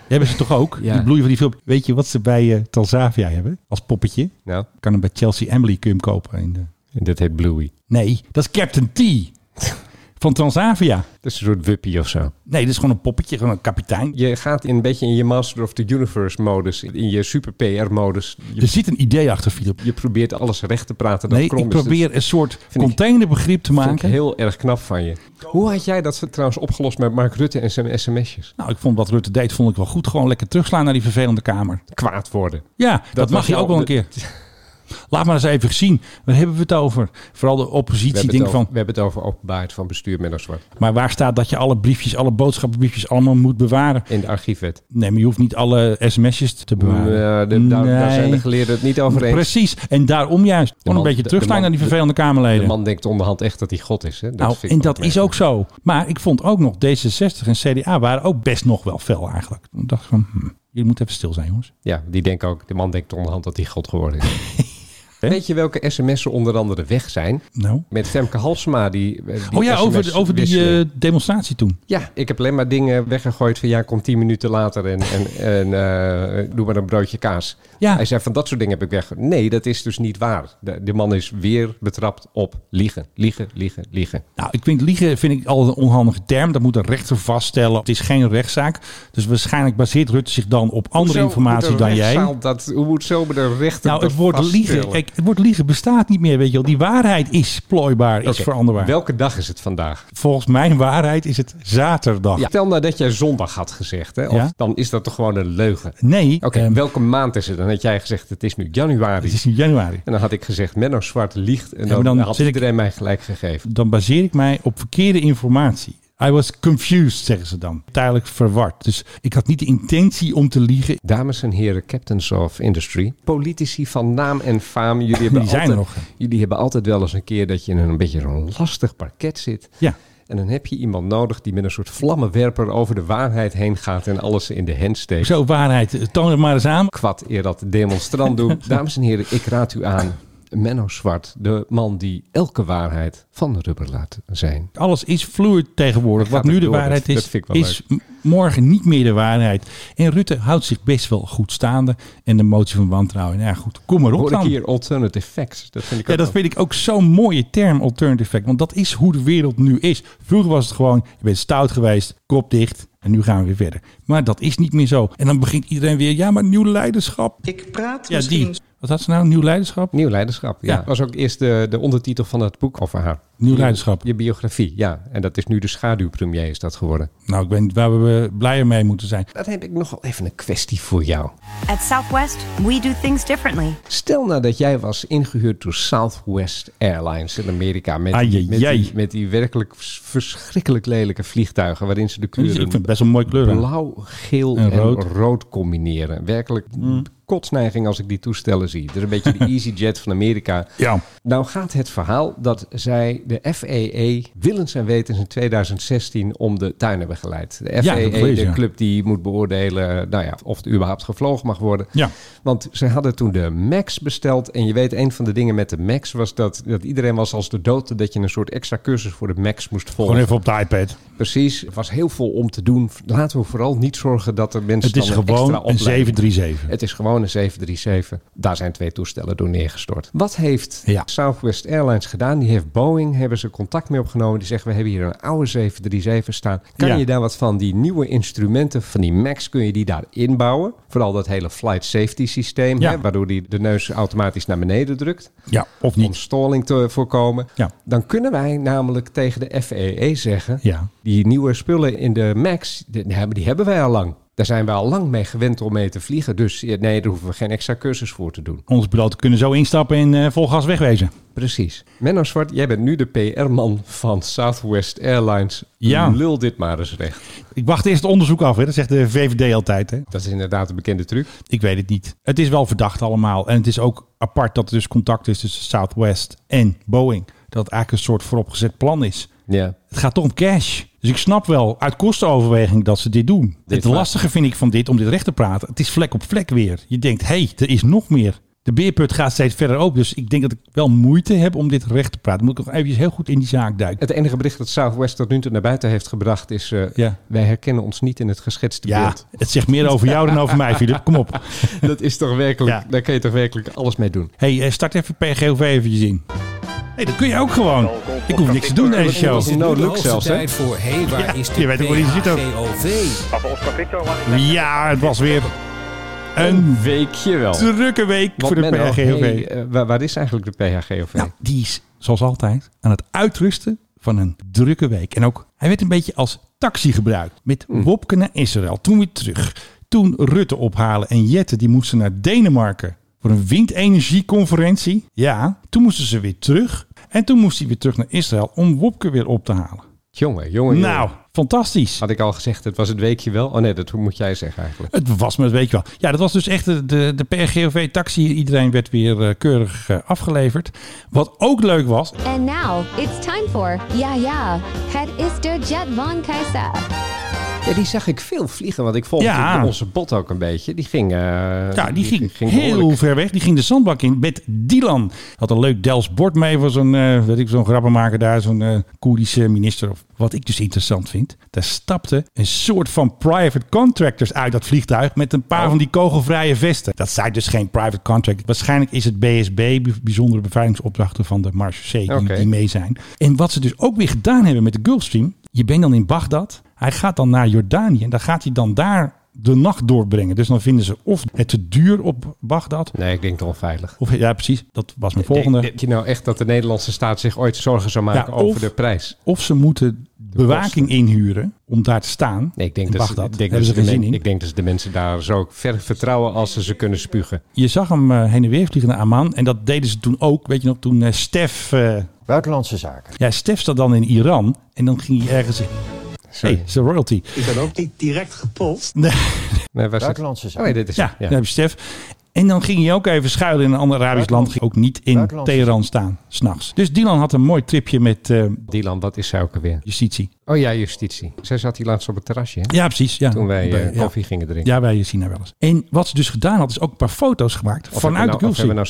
Speaker 4: hebben ze toch ook?
Speaker 5: Ja.
Speaker 4: Die Bluey van die film. Weet je wat ze bij eh, Transavia hebben als poppetje?
Speaker 5: Nou,
Speaker 4: Kan hem bij Chelsea Emily kun je hem kopen. In de...
Speaker 5: en dit heet Bluey.
Speaker 4: Nee, dat is Captain T van Transavia.
Speaker 5: Dat is een soort wuppie of zo.
Speaker 4: Nee, dat is gewoon een poppetje, gewoon een kapitein.
Speaker 5: Je gaat in een beetje in je Master of the Universe modus, in je super PR modus. Je,
Speaker 4: Er zit een idee achter, Philip.
Speaker 5: je probeert alles recht te praten. Dat
Speaker 4: Nee,
Speaker 5: krom
Speaker 4: ik
Speaker 5: is. Dat
Speaker 4: probeer een soort
Speaker 5: ik-
Speaker 4: containerbegrip te
Speaker 5: vind ik
Speaker 4: maken.
Speaker 5: heel erg knap van je. Hoe had jij dat trouwens opgelost met Mark Rutte en zijn sms'jes?
Speaker 4: Nou, ik vond wat Rutte deed, vond ik wel goed. Gewoon lekker terugslaan naar die vervelende kamer.
Speaker 5: Kwaad worden.
Speaker 4: Ja, dat,
Speaker 5: was
Speaker 4: mag je
Speaker 5: jouw-
Speaker 4: ook wel een keer. Laat maar eens even zien. Waar hebben we het over? Vooral de
Speaker 5: We
Speaker 4: oppositie
Speaker 5: hebben, het
Speaker 4: denkt
Speaker 5: over,
Speaker 4: van...
Speaker 5: we hebben het over openbaarheid van bestuur met een zwart.
Speaker 4: Maar waar staat dat je alle briefjes, alle boodschappenbriefjes allemaal moet bewaren?
Speaker 5: In de archiefwet.
Speaker 4: Nee, maar je hoeft niet alle sms'jes te bewaren.
Speaker 5: Eh, de- daar, daar zijn de
Speaker 4: Nee.
Speaker 5: geleerden het niet over eens.
Speaker 4: Precies. En daarom juist. Gewoon
Speaker 5: man-
Speaker 4: een beetje
Speaker 5: de-
Speaker 4: terugslaan
Speaker 5: de man-
Speaker 4: naar die vervelende
Speaker 5: De
Speaker 4: Kamerleden.
Speaker 5: man denkt onderhand echt dat hij God is. Hè? Dat
Speaker 4: nou,
Speaker 5: vind ik
Speaker 4: en
Speaker 5: wel
Speaker 4: dat is ook
Speaker 5: opmerkelijk.
Speaker 4: zo. Maar ik vond ook nog D66 en CDA waren ook best nog wel fel eigenlijk. Ik dacht van, hm, jullie moeten even stil zijn, jongens.
Speaker 5: Ja, die denken ook, de man denkt onderhand dat hij God geworden is. Weet je welke sms'en onder andere weg zijn?
Speaker 4: Nou.
Speaker 5: Met Femke Halsema. Die, eh, die
Speaker 4: Oh ja, over,
Speaker 5: SMS
Speaker 4: over die
Speaker 5: wisselen.
Speaker 4: eh, demonstratie toen.
Speaker 5: Ja, ik heb alleen maar dingen weggegooid van... ja, kom tien minuten later en, en, en eh, doe maar een broodje kaas.
Speaker 4: Ja.
Speaker 5: Hij zei van dat soort dingen heb ik weg. Nee, dat is dus niet waar. De, de man is weer betrapt op liegen, liegen, liegen, liegen.
Speaker 4: Nou, ik vind liegen vind ik altijd een onhandige term. Dat moet een rechter vaststellen. Het is geen rechtszaak. Dus waarschijnlijk baseert Rutte zich dan op andere
Speaker 5: Hoezo
Speaker 4: informatie
Speaker 5: moet de
Speaker 4: dan jij.
Speaker 5: rechtszaal Dat, hoe moet zo bij de rechter
Speaker 4: Nou, het
Speaker 5: dat
Speaker 4: woord liegen,
Speaker 5: vaststellen?
Speaker 4: kijk, het woord liegen bestaat niet meer, weet je wel. Die waarheid is plooibaar, is
Speaker 5: Oké,
Speaker 4: veranderbaar.
Speaker 5: Welke dag is het vandaag?
Speaker 4: Volgens mijn waarheid is het zaterdag.
Speaker 5: Ja. Stel nou dat jij zondag had gezegd, hè, of,
Speaker 4: Ja.
Speaker 5: dan is dat toch gewoon een leugen.
Speaker 4: Nee,
Speaker 5: Oké,
Speaker 4: ehm,
Speaker 5: welke maand is het? Dan had jij gezegd, het is nu januari.
Speaker 4: het is nu januari.
Speaker 5: En dan had ik gezegd, Menno Zwart liegt. En
Speaker 4: Ja,
Speaker 5: dan,
Speaker 4: maar dan
Speaker 5: had
Speaker 4: zit ik-
Speaker 5: iedereen mij gelijk gegeven.
Speaker 4: Dan baseer ik mij op verkeerde informatie. I was confused, zeggen ze dan. Tijdelijk verward. Dus ik had niet de intentie om te liegen.
Speaker 5: Dames en heren, captains of industry, politici van naam en faam, jullie hebben,
Speaker 4: Die zijn er
Speaker 5: altijd,
Speaker 4: nog.
Speaker 5: jullie hebben altijd wel eens een keer dat je in een beetje zo'n lastig parket zit.
Speaker 4: Ja.
Speaker 5: En dan heb je iemand nodig die met een soort vlammenwerper over de waarheid heen gaat en alles in de hand steekt.
Speaker 4: Zo, waarheid. Toon het maar eens aan.
Speaker 5: Kwad eer dat de demonstrant doet. Dames en heren, ik raad u aan. Menno Zwart, de man die elke waarheid van de rubber laat zijn.
Speaker 4: Alles is fluid tegenwoordig.
Speaker 5: Hij gaat
Speaker 4: Wat nu
Speaker 5: er
Speaker 4: de
Speaker 5: door,
Speaker 4: waarheid
Speaker 5: dat-
Speaker 4: is,
Speaker 5: dat vind ik wel
Speaker 4: is m- morgen niet meer de waarheid. En Rutte houdt zich best wel goed staande. En de motie van wantrouwen, nou ja, goed, kom maar op
Speaker 5: Hoor ik
Speaker 4: dan.
Speaker 5: hier alternative facts? Dat vind ik
Speaker 4: Ja,
Speaker 5: ook
Speaker 4: dat
Speaker 5: wel-
Speaker 4: vind ik ook zo'n mooie term, alternative fact. Want dat is hoe de wereld nu is. Vroeger was het gewoon, je bent stout geweest, kop dicht en nu gaan we weer verder. Maar dat is niet meer zo. En dan begint iedereen weer, ja, maar nieuw leiderschap.
Speaker 11: Ik praat
Speaker 4: Ja,
Speaker 11: misschien
Speaker 4: die. Wat had ze nou? Nieuw leiderschap?
Speaker 5: Nieuw leiderschap, ja.
Speaker 4: Ja.
Speaker 5: was ook eerst de, de ondertitel van het boek over haar.
Speaker 4: Nieuw leiderschap.
Speaker 5: Je, biografie, ja. En dat is nu de schaduwpremier is dat geworden.
Speaker 4: Nou, ik weet niet waar we eh, blijer mee moeten zijn.
Speaker 5: Dat heb ik nog wel even een kwestie voor jou.
Speaker 12: At Southwest, we do things differently.
Speaker 5: Stel nou dat jij was ingehuurd door Southwest Airlines in Amerika. Met, die- met,
Speaker 4: Ajajaj.
Speaker 5: die, met die werkelijk vers- verschrikkelijk lelijke vliegtuigen. Waarin ze de
Speaker 4: Ik
Speaker 5: kleuren
Speaker 4: vind het best wel een mooie kleur. aan.
Speaker 5: blauw, geel en,
Speaker 4: En
Speaker 5: rood.
Speaker 4: rood.
Speaker 5: combineren. Werkelijk kotsneiging als ik die toestellen zie. Dat is een beetje de EasyJet van Amerika.
Speaker 4: Ja.
Speaker 5: Nou gaat het verhaal dat zij de FAA willens en wetens in 2016 om de tuin hebben geleid. De
Speaker 4: dat
Speaker 5: FAA,
Speaker 4: heb ik gelezen,
Speaker 5: de
Speaker 4: ja.
Speaker 5: club die moet beoordelen nou ja, of er überhaupt gevlogen mag worden.
Speaker 4: Ja.
Speaker 5: Want zij hadden toen de Max besteld. En je weet, een van de dingen met de Max was dat, dat iedereen was als de dood. Dat je een soort extra cursus voor de Max moest volgen.
Speaker 4: Gewoon even op de iPad.
Speaker 5: Precies, er was heel veel om te doen. Laten we vooral niet zorgen dat er mensen
Speaker 4: Het is
Speaker 5: dan een extra
Speaker 4: gewoon een
Speaker 5: opleiding-
Speaker 4: 737.
Speaker 5: Het is gewoon een 737. Daar zijn twee toestellen door neergestort. Wat heeft
Speaker 4: Ja.
Speaker 5: Southwest Airlines gedaan? Die heeft Boeing, hebben ze contact mee opgenomen. Die zeggen, we hebben hier een oude 737 staan. Kan
Speaker 4: Ja.
Speaker 5: je daar wat van die nieuwe instrumenten van die MAX, kun je die daar inbouwen? Vooral dat hele flight safety systeem,
Speaker 4: Ja.
Speaker 5: hè, waardoor die de neus automatisch naar beneden drukt
Speaker 4: Ja, of
Speaker 5: om
Speaker 4: niet.
Speaker 5: stalling te voorkomen.
Speaker 4: Ja.
Speaker 5: Dan kunnen wij namelijk tegen de FAA zeggen...
Speaker 4: Ja.
Speaker 5: die nieuwe spullen in de MAX, die die hebben, die hebben wij al lang. Daar zijn we al lang mee gewend om mee te vliegen. Dus eh, nee, daar hoeven we geen extra cursus voor te doen.
Speaker 4: Onze piloten kunnen zo instappen en eh, vol gas wegwezen.
Speaker 5: Precies. Menno Zwart, jij bent nu de PR-man van Southwest Airlines.
Speaker 4: Ja.
Speaker 5: Lul dit maar eens recht.
Speaker 4: Ik wacht eerst het onderzoek af, hè. dat zegt de VVD altijd. Hè.
Speaker 5: Dat is inderdaad een bekende truc.
Speaker 4: Ik weet het niet. Het is wel verdacht allemaal. En het is ook apart dat er dus contact is tussen Southwest en Boeing. Dat het eigenlijk een soort vooropgezet plan is.
Speaker 5: Ja.
Speaker 4: Het gaat toch om cash. Dus ik snap wel uit kostenoverweging dat ze dit doen. het
Speaker 5: waar.
Speaker 4: lastige vind ik van dit, om dit recht te praten. Het is vlek op vlek weer. Je denkt, hé, hey, er is nog meer. De beerput gaat steeds verder open. Dus ik denk dat ik wel moeite heb om dit recht te praten. Moet ik nog even heel goed in die zaak duiken.
Speaker 5: Het enige bericht dat Southwest tot nu toe naar buiten heeft gebracht is... eh,
Speaker 4: Ja.
Speaker 5: wij herkennen ons niet in het geschetste
Speaker 4: Ja,
Speaker 5: beeld.
Speaker 4: het zegt meer over jou dan over mij, Filip. Kom op.
Speaker 5: Dat is toch werkelijk...
Speaker 4: Ja.
Speaker 5: Daar kun je toch werkelijk alles mee doen.
Speaker 4: hey, eh, start even PGOV eventjes in. Hé, hey, dat kun je ook gewoon. Ik hoef niks te doen deze show.
Speaker 5: een no-look Nou, zelfs, hè?
Speaker 13: voor, hé, hey, waar
Speaker 4: Ja,
Speaker 13: is de
Speaker 4: je weet ook wel iets niet ook.
Speaker 13: PHGOV?
Speaker 4: Ja, het was weer een
Speaker 5: Weekje wel.
Speaker 4: drukke week
Speaker 5: Want
Speaker 4: voor de
Speaker 5: Menno,
Speaker 4: PHGOV.
Speaker 5: hey, eh, waar, waar is eigenlijk de PHGOV?
Speaker 4: Nou, die is zoals altijd aan het uitrusten van een drukke week. En ook, hij werd een beetje als taxi gebruikt. Met Wopke naar Israël, toen weer terug. Toen Rutte ophalen en Jette, die moesten naar Denemarken voor een windenergieconferentie. Ja, toen moesten ze weer terug. En toen moest hij weer terug naar Israël om Wopke weer op te halen.
Speaker 5: jongen, jongen,
Speaker 4: Nou,
Speaker 5: jongen.
Speaker 4: fantastisch.
Speaker 5: Had ik al gezegd, het was het weekje wel? Oh nee, dat moet jij zeggen eigenlijk.
Speaker 4: Het was me, dat weet je wel. Ja, dat was dus echt de, de, de PRGOV-taxi. Iedereen werd weer eh, keurig eh, afgeleverd. Wat ook leuk was,
Speaker 14: And now it's time for Yeah Yeah, Het is de Jet van Kaiser.
Speaker 5: Ja, die zag ik veel vliegen, want ik volgde
Speaker 4: Ja.
Speaker 5: onze bot ook een beetje. Die ging... eh,
Speaker 4: Ja, die ging, heel
Speaker 5: behoorlijk.
Speaker 4: ver weg. Die ging de zandbak in met Dylan. Had een leuk Dels bord mee voor zo'n, eh, weet ik, zo'n grappenmaker daar. Zo'n eh Koerdische minister. Of. Wat ik dus interessant vind. Daar stapte een soort van private contractors uit dat vliegtuig. Met een
Speaker 5: Oh.
Speaker 4: paar van die kogelvrije vesten. Dat zijn dus geen private contract. Waarschijnlijk is het BSB. bij- Bijzondere beveiligingsopdrachten van de Marche C. Die,
Speaker 5: Oké.
Speaker 4: die mee zijn. En wat ze dus ook weer gedaan hebben met de Gulfstream. Je bent dan in Bagdad. Hij gaat dan naar Jordanië. En dan gaat hij dan daar de nacht doorbrengen. Dus dan vinden ze of het te duur op Bagdad.
Speaker 5: Nee, ik denk toch onveilig.
Speaker 4: Of, ja, precies. Dat was mijn volgende.
Speaker 5: Denk je nou echt dat de Nederlandse staat zich ooit zorgen zou maken
Speaker 4: Ja, of-
Speaker 5: over de prijs?
Speaker 4: Of ze moeten bewaking inhuren om daar te staan.
Speaker 5: Nee, ik denk,
Speaker 4: in
Speaker 5: dat ze,
Speaker 4: Bagdad.
Speaker 5: ik, denk dat
Speaker 4: Hebben ze
Speaker 5: ze de
Speaker 4: geen zin
Speaker 5: men-
Speaker 4: in.
Speaker 5: ik denk dat ze de mensen daar zo ver vertrouwen als ze ze kunnen spugen.
Speaker 4: Je zag hem eh, heen en weer vliegen naar Amman. En dat deden ze toen ook. Weet je nog, toen eh, Stef... eh,
Speaker 15: Buitenlandse zaken.
Speaker 4: ja, Stef zat dan in Iran. En dan ging hij ergens... Hé,
Speaker 5: Sorry.
Speaker 4: hey, het is een royalty.
Speaker 15: Ik ben ook niet direct gepolst.
Speaker 4: Nee.
Speaker 5: Nee, waar is het?
Speaker 15: Buitenlandse
Speaker 5: Oh, nee,
Speaker 15: zaken.
Speaker 5: dit is
Speaker 4: Ja, daar heb je Stef. En dan ging hij ook even schuilen in een ander Arabisch land. Ging ook niet in
Speaker 5: Buitenland.
Speaker 4: Teheran staan, s'nachts. Dus Dylan had een mooi tripje met... eh,
Speaker 5: Dylan, wat is zij ook alweer?
Speaker 4: Justitie.
Speaker 5: Oh ja, justitie. Zij zat hier laatst op het terrasje. hè?
Speaker 4: Ja, precies. Ja.
Speaker 5: Toen wij eh,
Speaker 4: Bij- ja.
Speaker 5: koffie gingen drinken.
Speaker 4: Ja, bij Sina wel eens. En wat ze dus gedaan had, is ook een paar foto's gemaakt
Speaker 5: Of hebben we
Speaker 4: vanuit
Speaker 5: nou,
Speaker 4: de
Speaker 5: Of
Speaker 4: Gulfstream.
Speaker 5: hebben we nou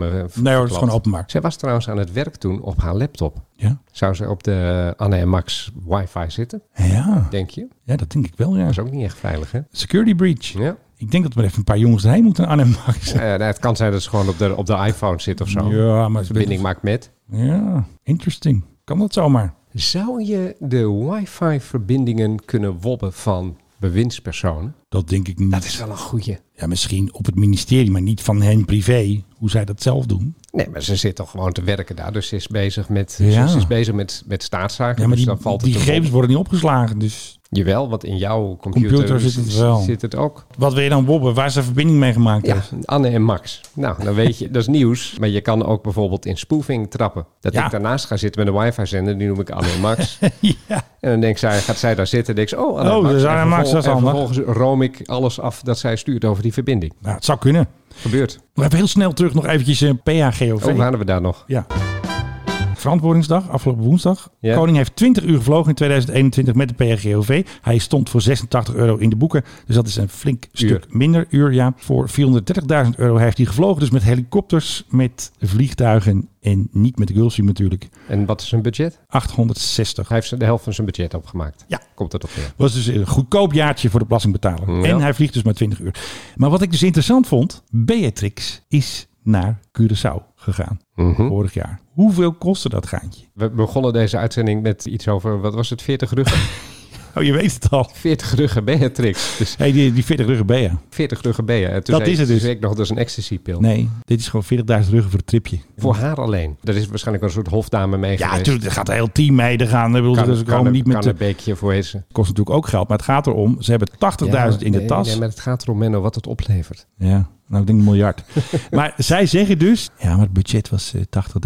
Speaker 5: staatsgeheimen eh, v-
Speaker 4: Nee hoor, het is
Speaker 5: verklapt?
Speaker 4: gewoon openbaar.
Speaker 5: Zij was trouwens aan het werk toen op haar laptop.
Speaker 4: Ja.
Speaker 5: Zou ze op de Anne en Max wifi zitten?
Speaker 4: Ja.
Speaker 5: Denk je?
Speaker 4: Ja, dat denk ik wel, ja.
Speaker 5: Dat is ook niet echt veilig, hè?
Speaker 4: Security breach.
Speaker 5: Ja.
Speaker 4: Ik denk dat we even een paar jongens erheen moeten aan hem maken.
Speaker 5: Eh, nou, het kan zijn dat ze gewoon op de, op de iPhone zit of zo.
Speaker 4: Ja, maar-
Speaker 5: Verbinding maakt met.
Speaker 4: Ja, interesting. Kan dat zomaar?
Speaker 5: Zou je de wifi-verbindingen kunnen wobben van bewindspersonen?
Speaker 4: Dat denk ik niet.
Speaker 5: Dat is wel een goeie.
Speaker 4: Ja, misschien op het ministerie, maar niet van hen privé. Hoe zij dat zelf doen.
Speaker 5: Nee, maar ze zit toch gewoon te werken daar. Dus ze is bezig met,
Speaker 4: Ja.
Speaker 5: ze is bezig met, met staatszaken.
Speaker 4: Ja, maar
Speaker 5: dus
Speaker 4: die,
Speaker 5: dan valt het
Speaker 4: die
Speaker 5: te
Speaker 4: gegevens
Speaker 5: wobben.
Speaker 4: worden niet opgeslagen. Dus
Speaker 5: Jawel, want in jouw computer,
Speaker 4: Computer zit het wel.
Speaker 5: zit het ook.
Speaker 4: wat wil je dan wobben? Waar is de verbinding mee gemaakt?
Speaker 5: Ja,
Speaker 4: heeft?
Speaker 5: Dus Anne en Max. Nou, dan weet je, dat is nieuws. Maar je kan ook bijvoorbeeld in spoofing trappen. Dat
Speaker 4: Ja.
Speaker 5: ik daarnaast ga zitten met een wifi-zender, die noem ik Anne en Max. En dan denk zij, gaat zij daar zitten en denk ze, oh, Anne en
Speaker 4: Oh,
Speaker 5: Max.
Speaker 4: dus
Speaker 5: En
Speaker 4: Anne en Max, dat is
Speaker 5: en
Speaker 4: handig.
Speaker 5: vervolgens room ik alles af dat zij stuurt over die verbinding.
Speaker 4: Nou, het zou kunnen.
Speaker 5: Gebeurt.
Speaker 4: We hebben heel snel terug nog eventjes eh, een PHGOV.
Speaker 5: Hoe waren we daar nog?
Speaker 4: Ja. Verantwoordingsdag, afgelopen woensdag.
Speaker 5: Ja.
Speaker 4: Koning heeft 20 uur gevlogen in 2021 met de PRGOV. Hij stond voor 86 euro in de boeken. Dus dat is een flink stuk minder uur. Ja. Voor 430.000 euro heeft hij gevlogen. Dus met helikopters, met vliegtuigen en niet met de Gulfstream natuurlijk.
Speaker 5: En wat is zijn budget?
Speaker 4: 860.
Speaker 5: Hij heeft de helft van zijn budget opgemaakt.
Speaker 4: Ja.
Speaker 5: Komt dat op neer.
Speaker 4: was dus een goedkoop jaartje voor de belastingbetaler.
Speaker 5: Ja.
Speaker 4: En hij vliegt dus maar 20 uur. Maar wat ik dus interessant vond, Beatrix is naar Curaçao gegaan.
Speaker 5: Mhm.
Speaker 4: Vorig jaar. Hoeveel kostte dat gaantje?
Speaker 5: We begonnen deze uitzending met iets over, wat was het, 40 ruggen?
Speaker 4: Oh, je weet het al.
Speaker 5: 40 ruggen Beatrix. Dus
Speaker 4: Hey, die, die 40 ruggen Bea.
Speaker 5: 40 ruggen Bea. En toen
Speaker 4: Dat
Speaker 5: zei-
Speaker 4: is het dus.
Speaker 5: toen zei ik nog, dat is een ecstasy-pil.
Speaker 4: Nee, dit is gewoon 40.000 ruggen voor het tripje.
Speaker 5: Voor haar alleen. Er is waarschijnlijk wel een soort hofdame mee
Speaker 4: Ja,
Speaker 5: geweest.
Speaker 4: natuurlijk, er gaat een heel team mee. Er gaan, ik bedoel,
Speaker 5: Kan,
Speaker 4: dus
Speaker 5: kan,
Speaker 4: er komen niet met de...
Speaker 5: een beekje voor heet ze.
Speaker 4: kost natuurlijk ook geld, maar het gaat erom. Ze hebben 80.000 in de
Speaker 5: nee,
Speaker 4: tas.
Speaker 5: Nee, maar het gaat erom, Menno, wat het oplevert.
Speaker 4: Ja, nou ik denk een miljard. maar zij zeggen dus, ja, maar het budget was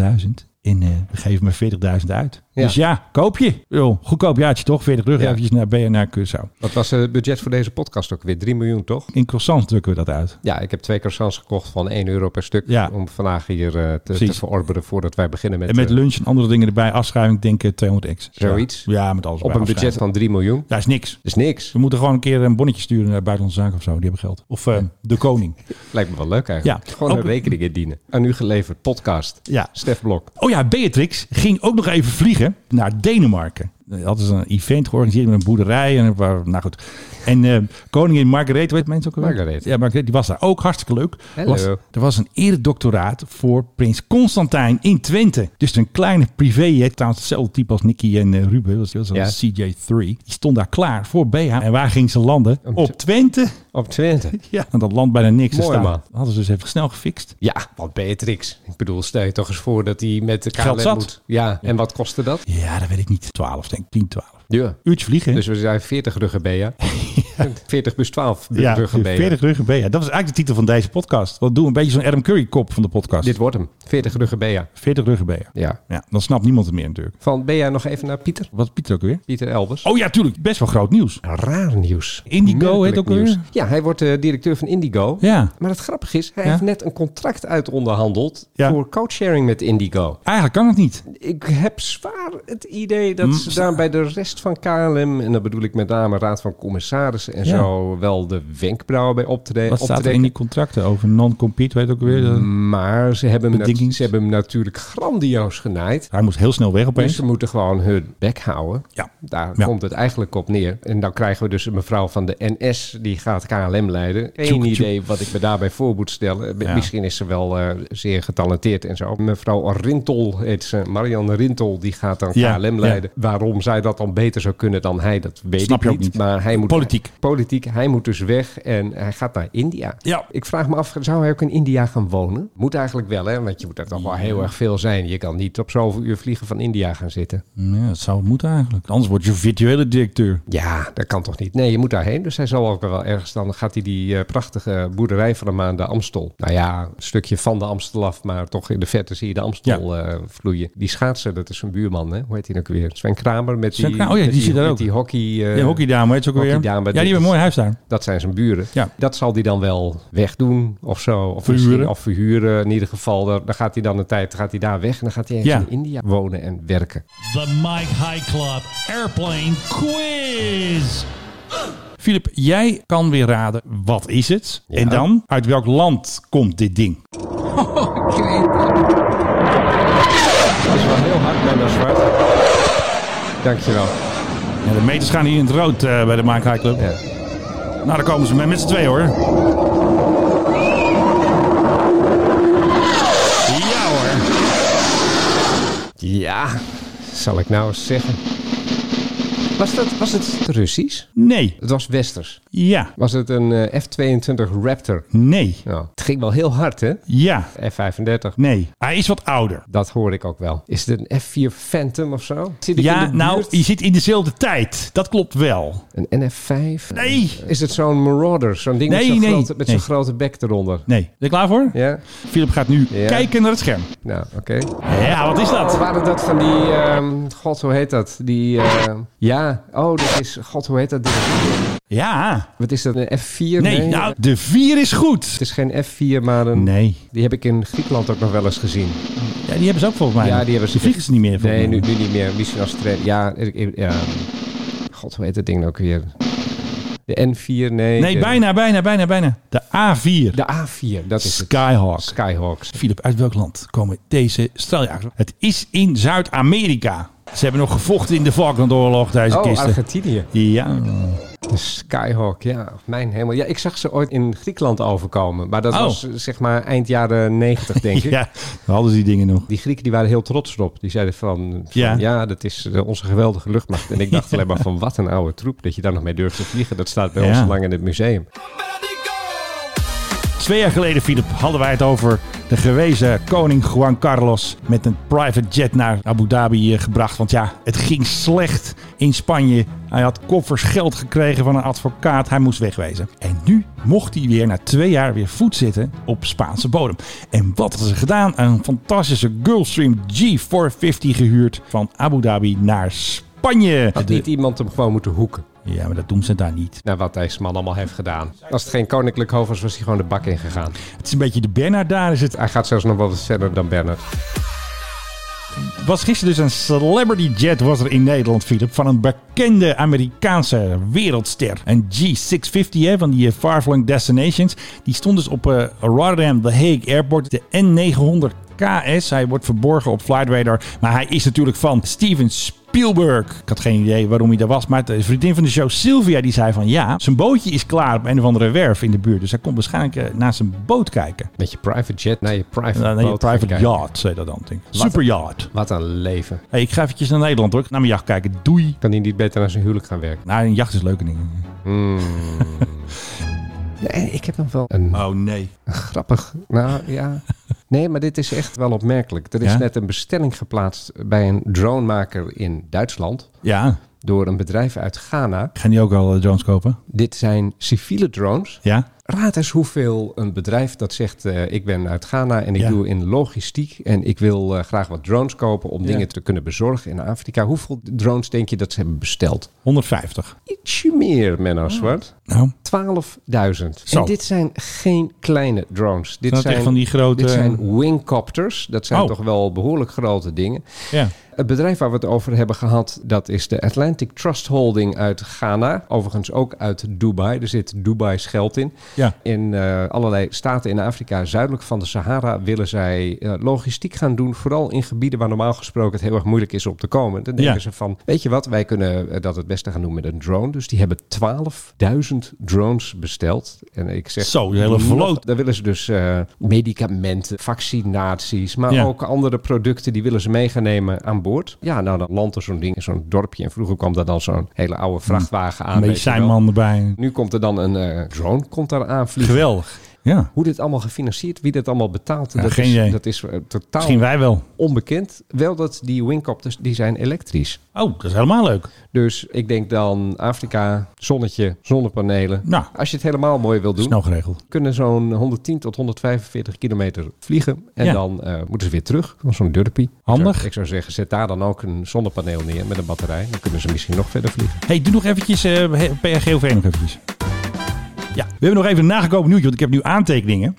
Speaker 4: eh, 80.000 en eh, we geven maar 40.000 uit.
Speaker 5: Ja.
Speaker 4: Dus ja, koop je. Yo, goedkoop jaartje toch, 40 rug
Speaker 5: Ja.
Speaker 4: eventjes naar BNR naar Curaçao.
Speaker 5: Wat was eh, het budget voor deze podcast ook weer? 3 miljoen, toch?
Speaker 4: In croissants drukken we dat uit.
Speaker 5: Ja, ik heb twee croissants gekocht van 1 euro per stuk.
Speaker 4: Ja.
Speaker 5: Om vandaag hier eh, te, te
Speaker 4: Precies.
Speaker 5: verorberen voordat wij beginnen met,
Speaker 4: En met
Speaker 5: eh,
Speaker 4: lunch en andere dingen erbij, afschrijving, denken 200 ex.
Speaker 5: Zoiets.
Speaker 4: eh, Ja, met alles
Speaker 5: op
Speaker 4: erbij,
Speaker 5: een budget
Speaker 4: afschrijving.
Speaker 5: van 3 miljoen. Dat
Speaker 4: Ja, is niks.
Speaker 5: is niks.
Speaker 4: We moeten gewoon een keer een bonnetje sturen naar Buitenlandse Zaken of zo. Die hebben geld. Of eh, de koning.
Speaker 5: Lijkt me wel leuk eigenlijk.
Speaker 4: Ja.
Speaker 5: Gewoon
Speaker 4: Ook-
Speaker 5: een rekening indienen. Aan u geleverd, podcast.
Speaker 4: Ja.
Speaker 5: Stef Blok.
Speaker 4: Oh ja, Beatrix ging ook nog even vliegen naar Denemarken. Eh, Dat hadden ze een event georganiseerd met een boerderij. En een paar, nou goed. En eh, koningin Margarethe, weet mensen ook alweer?
Speaker 5: Margarethe.
Speaker 4: Ja, Margarethe, die was daar ook hartstikke leuk.
Speaker 5: Hallo.
Speaker 4: Was- er was een eredoctoraat voor prins Constantijn in Twente. Dus een kleine privéjet, trouwens hetzelfde type als Nicky en eh, Ruben. Dat was, dat was
Speaker 5: Ja.
Speaker 4: een CJ3. Die stond daar klaar voor BH. En waar ging ze landen?
Speaker 5: Op
Speaker 4: Op Twente.
Speaker 5: Op 20.
Speaker 4: Ja, want dat land bijna niks.
Speaker 5: Mooi,
Speaker 4: Daar staan-
Speaker 5: man.
Speaker 4: Hadden ze dus even snel gefixt.
Speaker 5: Ja, want Beatrix. Ik bedoel, stel je toch eens voor dat hij met de
Speaker 4: Geld
Speaker 5: KLM
Speaker 4: zat.
Speaker 5: moet. Ja, en wat kostte dat?
Speaker 4: Ja, dat weet ik niet. 12, denk ik. 10, 12.
Speaker 5: Ja.
Speaker 4: Uurtje vliegen. hè?
Speaker 5: Dus we zijn 40 ruggen Bea. 40 plus 12
Speaker 4: Ja,
Speaker 5: ruggen Bea.
Speaker 4: 40 ruggen BA. Dat was eigenlijk de titel van deze podcast. Want doe een beetje zo'n Adam Curry kop van de podcast.
Speaker 5: Dit wordt hem. 40 ruggen Bea.
Speaker 4: 40 ruggen BA.
Speaker 5: Ja.
Speaker 4: Ja, dan snapt niemand het meer natuurlijk.
Speaker 5: Van Bea nog even naar Pieter.
Speaker 4: Wat is Pieter ook weer?
Speaker 5: Pieter Elbers.
Speaker 4: Oh ja, tuurlijk. Best wel groot nieuws.
Speaker 5: Raar nieuws.
Speaker 4: Indigo heet
Speaker 5: Merkelijk
Speaker 4: ook weer.
Speaker 5: nieuws. Ja, hij wordt eh, directeur van Indigo.
Speaker 4: Ja.
Speaker 5: Maar het grappige is, hij
Speaker 4: Ja?
Speaker 5: heeft net een contract uitonderhandeld
Speaker 4: Ja.
Speaker 5: voor coachsharing met Indigo.
Speaker 4: Eigenlijk kan het niet.
Speaker 5: Ik heb zwaar het idee
Speaker 4: Mm.
Speaker 5: dat ze daar bij de rest van KLM, en dat bedoel ik met name Raad van Commissarissen en
Speaker 4: Ja.
Speaker 5: zo, wel de wenkbrauwen bij optre-
Speaker 4: Wat staat er in
Speaker 5: optrekken.
Speaker 4: die contracten over non-compete? Weet ook weer.
Speaker 5: Hmm.
Speaker 4: eh,
Speaker 5: Maar ze hebben, hem nat-
Speaker 4: Bedingings.
Speaker 5: ze hebben hem natuurlijk grandioos genaaid.
Speaker 4: Hij moest heel snel weg
Speaker 5: Dus
Speaker 4: opeens.
Speaker 5: ze moeten gewoon hun bek houden.
Speaker 4: Ja.
Speaker 5: Daar
Speaker 4: Ja.
Speaker 5: komt het eigenlijk op neer. En dan krijgen we dus een mevrouw van de NS, die gaat KLM leiden. Geen
Speaker 4: Tjoek, tjoek.
Speaker 5: idee wat ik me daarbij voor moet stellen. M-
Speaker 4: Ja.
Speaker 5: Misschien is ze wel eh, zeer getalenteerd en zo. Mevrouw Rintel heet ze, Marianne Rintel, die gaat dan
Speaker 4: Ja,
Speaker 5: KLM
Speaker 4: ja.
Speaker 5: leiden. Waarom zij dat dan beter zou kunnen dan hij, dat weet
Speaker 4: Snap
Speaker 5: ik
Speaker 4: je ook
Speaker 5: niet.
Speaker 4: niet.
Speaker 5: Maar hij moet,
Speaker 4: Politiek.
Speaker 5: Politiek, hij moet dus weg en hij gaat naar India.
Speaker 4: Ja.
Speaker 5: Ik vraag me af, zou hij ook in India gaan wonen? Moet eigenlijk wel, hè? Want je moet er toch wel heel erg veel zijn. Je kan niet op zoveel uur vliegen van India gaan zitten.
Speaker 4: Ja, dat zou moeten eigenlijk. Anders word je virtuele directeur.
Speaker 5: Ja, dat kan toch niet? Nee, je moet daarheen. Dus hij zal ook wel ergens dan. Gaat hij die eh, prachtige boerderij van hem aan de Amstel. Nou ja, een stukje van de Amstel af, maar toch in de verte zie je de Amstel eh, vloeien. Die schaatsen, dat is zijn buurman, hè? Hoe heet hij ook weer? Sven Kramer met
Speaker 4: Sven
Speaker 5: die,
Speaker 4: Kramer, oh ja,
Speaker 5: met
Speaker 4: die zit daar
Speaker 5: met
Speaker 4: ook.
Speaker 5: die hockey. eh,
Speaker 4: ja, hockeydame, weet je ook weer.
Speaker 5: hockeydame,
Speaker 4: ja, die hebben een mooi huis daar.
Speaker 5: Dat zijn zijn buren.
Speaker 4: Ja.
Speaker 5: Dat zal hij dan wel wegdoen of zo. Of
Speaker 4: Verhuren.
Speaker 5: misschien- Of verhuren in ieder geval. Daar, daar gaat hij dan een tijd gaat hij daar weg. En dan gaat hij ergens
Speaker 4: Ja.
Speaker 5: in India wonen en werken.
Speaker 11: The Mike High Club Airplane Quiz.
Speaker 4: Filip, jij kan weer raden wat is het? En dan, uit welk land komt dit ding?
Speaker 5: Dat is wel heel hard bij dat zwart. Dankjewel.
Speaker 4: Ja, de meters gaan hier in het rood eh, bij de Mike High Club. Nou, daar komen ze met, met z'n twee hoor. Ja hoor.
Speaker 5: Ja, zal ik nou eens zeggen. Was, dat, was het Russisch?
Speaker 4: Nee.
Speaker 5: Het was Westers.
Speaker 4: Ja.
Speaker 5: Was het een eh, F-22 Raptor?
Speaker 4: Nee.
Speaker 5: Nou, het ging wel heel hard, hè?
Speaker 4: Ja.
Speaker 5: F-35.
Speaker 4: Nee. Hij is wat ouder.
Speaker 5: Dat hoor ik ook wel. Is het een F-4 Phantom of zo? Zit ik
Speaker 4: Ja,
Speaker 5: in de
Speaker 4: nou,
Speaker 5: buurt?
Speaker 4: je zit in dezelfde tijd. Dat klopt wel.
Speaker 5: Een NF-5?
Speaker 4: Nee.
Speaker 5: Is het zo'n Marauder? Zo'n ding
Speaker 4: Nee,
Speaker 5: met zo'n
Speaker 4: nee,
Speaker 5: grote, met
Speaker 4: nee.
Speaker 5: zo'n grote bek eronder?
Speaker 4: Nee. Ben je klaar voor?
Speaker 5: Ja?
Speaker 4: Filip gaat nu
Speaker 5: Ja.
Speaker 4: kijken naar het scherm.
Speaker 5: Nou, oké.
Speaker 4: Ja, wat is dat?
Speaker 5: Oh, waren dat van die... ehm, God, hoe heet dat? Die... ehm, ja. Oh, dat is... God, hoe heet dat ding?
Speaker 4: Ja.
Speaker 5: Wat is dat? Een F4? Nee,
Speaker 4: Nee, nou, de 4 is goed. Het
Speaker 5: is geen F4, maar een...
Speaker 4: Nee.
Speaker 5: Die heb ik in Griekenland ook nog wel eens gezien.
Speaker 4: Ja, die hebben ze ook volgens mij.
Speaker 5: Ja, die hebben ze.
Speaker 4: vliegen ze niet meer. volgens
Speaker 5: Nee, nu,
Speaker 4: mij.
Speaker 5: nu niet meer. Misschien als train. Ja, ik- ik- ja. God, hoe heet dat ding nou ook weer? De N4, nee.
Speaker 4: Nee,
Speaker 5: de-
Speaker 4: bijna, bijna, bijna, bijna. De A4.
Speaker 5: De A4, dat is het.
Speaker 4: Skyhawk.
Speaker 5: Skyhawks.
Speaker 4: Filip, uit welk land komen deze straaljagers? Het is in Zuid-Amerika. Ze hebben nog gevochten in de Falklandoorlog, deze
Speaker 5: Oh,
Speaker 4: kisten.
Speaker 5: Argentinië.
Speaker 4: Ja.
Speaker 5: De Skyhawk, ja. Mijn hemel. Ja, ik zag ze ooit in Griekenland overkomen. Maar dat
Speaker 4: Oh.
Speaker 5: was eh, zeg maar eind jaren 90 denk ik.
Speaker 4: ja, we hadden ze die dingen nog.
Speaker 5: Die Grieken die waren heel trots erop. Die zeiden van, van,
Speaker 4: Ja.
Speaker 5: ja. dat is eh, onze geweldige luchtmacht. En ik dacht alleen maar van, wat een oude troep. Dat je daar nog mee durft te vliegen. Dat staat bij
Speaker 4: Ja.
Speaker 5: ons lang in het museum.
Speaker 4: Twee jaar geleden, Filip, hadden wij het over de gewezen koning Juan Carlos met een private jet naar Abu Dhabi eh, gebracht. Want ja, het ging slecht in Spanje. Hij had koffers geld gekregen van een advocaat. Hij moest wegwezen. En nu mocht hij weer na twee jaar weer voet zitten op Spaanse bodem. En wat hadden ze gedaan? Een fantastische Gulfstream G450 gehuurd van Abu Dhabi naar Spanje.
Speaker 5: Had niet iemand hem gewoon moeten hoeken.
Speaker 4: Ja, maar dat doen ze daar niet.
Speaker 5: Naar wat deze man allemaal heeft gedaan. Als het geen koninklijk hoofd was, was hij gewoon de bak ingegaan.
Speaker 4: Het is een beetje de Bernard daar is het.
Speaker 5: Hij gaat zelfs nog wel wat verder dan Bernard.
Speaker 4: was gisteren dus een celebrity jet was er in Nederland, Philip, van een bekende Amerikaanse wereldster. Een G650 hè, van die eh, Farflung Destinations. Die stond dus op eh, Rotterdam The Hague Airport, de N900 KS. Hij wordt verborgen op Flight Radar, maar hij is natuurlijk van Steven Spielberg. Ik had geen idee waarom hij daar was, maar de vriendin van de show, Sylvia, die zei van ja, zijn bootje is klaar op een of andere werf in de buurt. Dus hij komt waarschijnlijk eh, naar zijn boot kijken.
Speaker 5: Met je private jet naar je private
Speaker 4: Naar je
Speaker 5: boot gaan
Speaker 4: private
Speaker 5: kijken.
Speaker 4: yacht, zei dat dan. Denk. ik.
Speaker 5: Wat-
Speaker 4: Super yacht.
Speaker 5: Wat een leven.
Speaker 4: Hey, ik ga eventjes naar Nederland hoor. Naar mijn jacht kijken. Doei.
Speaker 5: Kan hij niet beter naar zijn huwelijk gaan werken?
Speaker 4: Nou, een jacht is leuker ding. Mm.
Speaker 5: Nee, ik heb nog wel een
Speaker 4: Oh nee.
Speaker 5: grappig... Nou ja... Nee, maar dit is echt wel opmerkelijk. Er is
Speaker 4: Ja?
Speaker 5: net een bestelling geplaatst bij een dronemaker in Duitsland...
Speaker 4: Ja.
Speaker 5: door een bedrijf uit Ghana.
Speaker 4: Gaan die ook al eh, drones kopen?
Speaker 5: Dit zijn civiele drones.
Speaker 4: Ja.
Speaker 5: Raad eens hoeveel een bedrijf dat zegt: eh, Ik ben uit Ghana en ik
Speaker 4: Ja.
Speaker 5: doe in logistiek en ik wil eh, graag wat drones kopen om
Speaker 4: Ja.
Speaker 5: dingen te kunnen bezorgen in Afrika. Hoeveel drones denk je dat ze hebben besteld?
Speaker 4: 150.
Speaker 5: Ietsje meer, Menno Zwart.
Speaker 4: Nou.
Speaker 5: 12.000.
Speaker 4: Zo.
Speaker 5: En dit zijn geen kleine drones. Dit
Speaker 4: dat
Speaker 5: zijn
Speaker 4: echt van die grote-
Speaker 5: Dit zijn wingcopters. Dat zijn
Speaker 4: Oh.
Speaker 5: toch wel behoorlijk grote dingen.
Speaker 4: Ja.
Speaker 5: Het bedrijf waar we het over hebben gehad, dat is de Atlantic Trust Holding uit Ghana. Overigens ook uit Dubai. Er zit Dubai's geld in.
Speaker 4: Ja.
Speaker 5: In eh, allerlei staten in Afrika, zuidelijk van de Sahara, willen zij eh, logistiek gaan doen. Vooral in gebieden waar normaal gesproken het heel erg moeilijk is om te komen. Dan denken
Speaker 4: Ja.
Speaker 5: ze van, weet je wat, wij kunnen eh, dat het beste gaan doen met een drone. Dus die hebben 12.000 drones besteld. En ik zeg...
Speaker 4: Zo, een hele
Speaker 5: nog-
Speaker 4: vloot.
Speaker 5: Daar willen ze dus eh, medicamenten, vaccinaties, maar
Speaker 4: Ja.
Speaker 5: ook andere producten die willen ze mee gaan nemen aan boord. Ja, nou dan landt er zo'n ding in zo'n dorpje. En vroeger kwam daar dan zo'n hele Ah, oude vrachtwagen aan. weet je wel.
Speaker 4: Medicijnman erbij.
Speaker 5: Nu komt er dan een eh, drone komt daar aanvliegen.
Speaker 4: Geweldig. Ja.
Speaker 5: Hoe dit allemaal gefinancierd, wie dit allemaal betaalt,
Speaker 4: Ja,
Speaker 5: dat,
Speaker 4: geen
Speaker 5: is,
Speaker 4: idee.
Speaker 5: dat is eh, totaal
Speaker 4: Misschien wij wel.
Speaker 5: onbekend. Wel dat die wingcopters, die zijn elektrisch.
Speaker 4: Oh, dat is helemaal leuk.
Speaker 5: Dus ik denk dan Afrika, zonnetje, zonnepanelen.
Speaker 4: Nou.
Speaker 5: Als je het helemaal mooi wil doen.
Speaker 4: Snel geregeld.
Speaker 5: Kunnen zo'n 110 tot 145 kilometer vliegen. En
Speaker 4: Ja.
Speaker 5: dan eh, moeten ze weer terug. Zo'n derpie.
Speaker 4: Handig.
Speaker 5: Ik zou, ik zou zeggen, zet daar dan ook een zonnepaneel neer met een batterij. Dan kunnen ze misschien nog verder vliegen.
Speaker 4: Hey, doe nog eventjes eh PRGOV nog eventjes. Ja, we hebben nog even een nagekomen nieuwtje, want ik heb nu aantekeningen.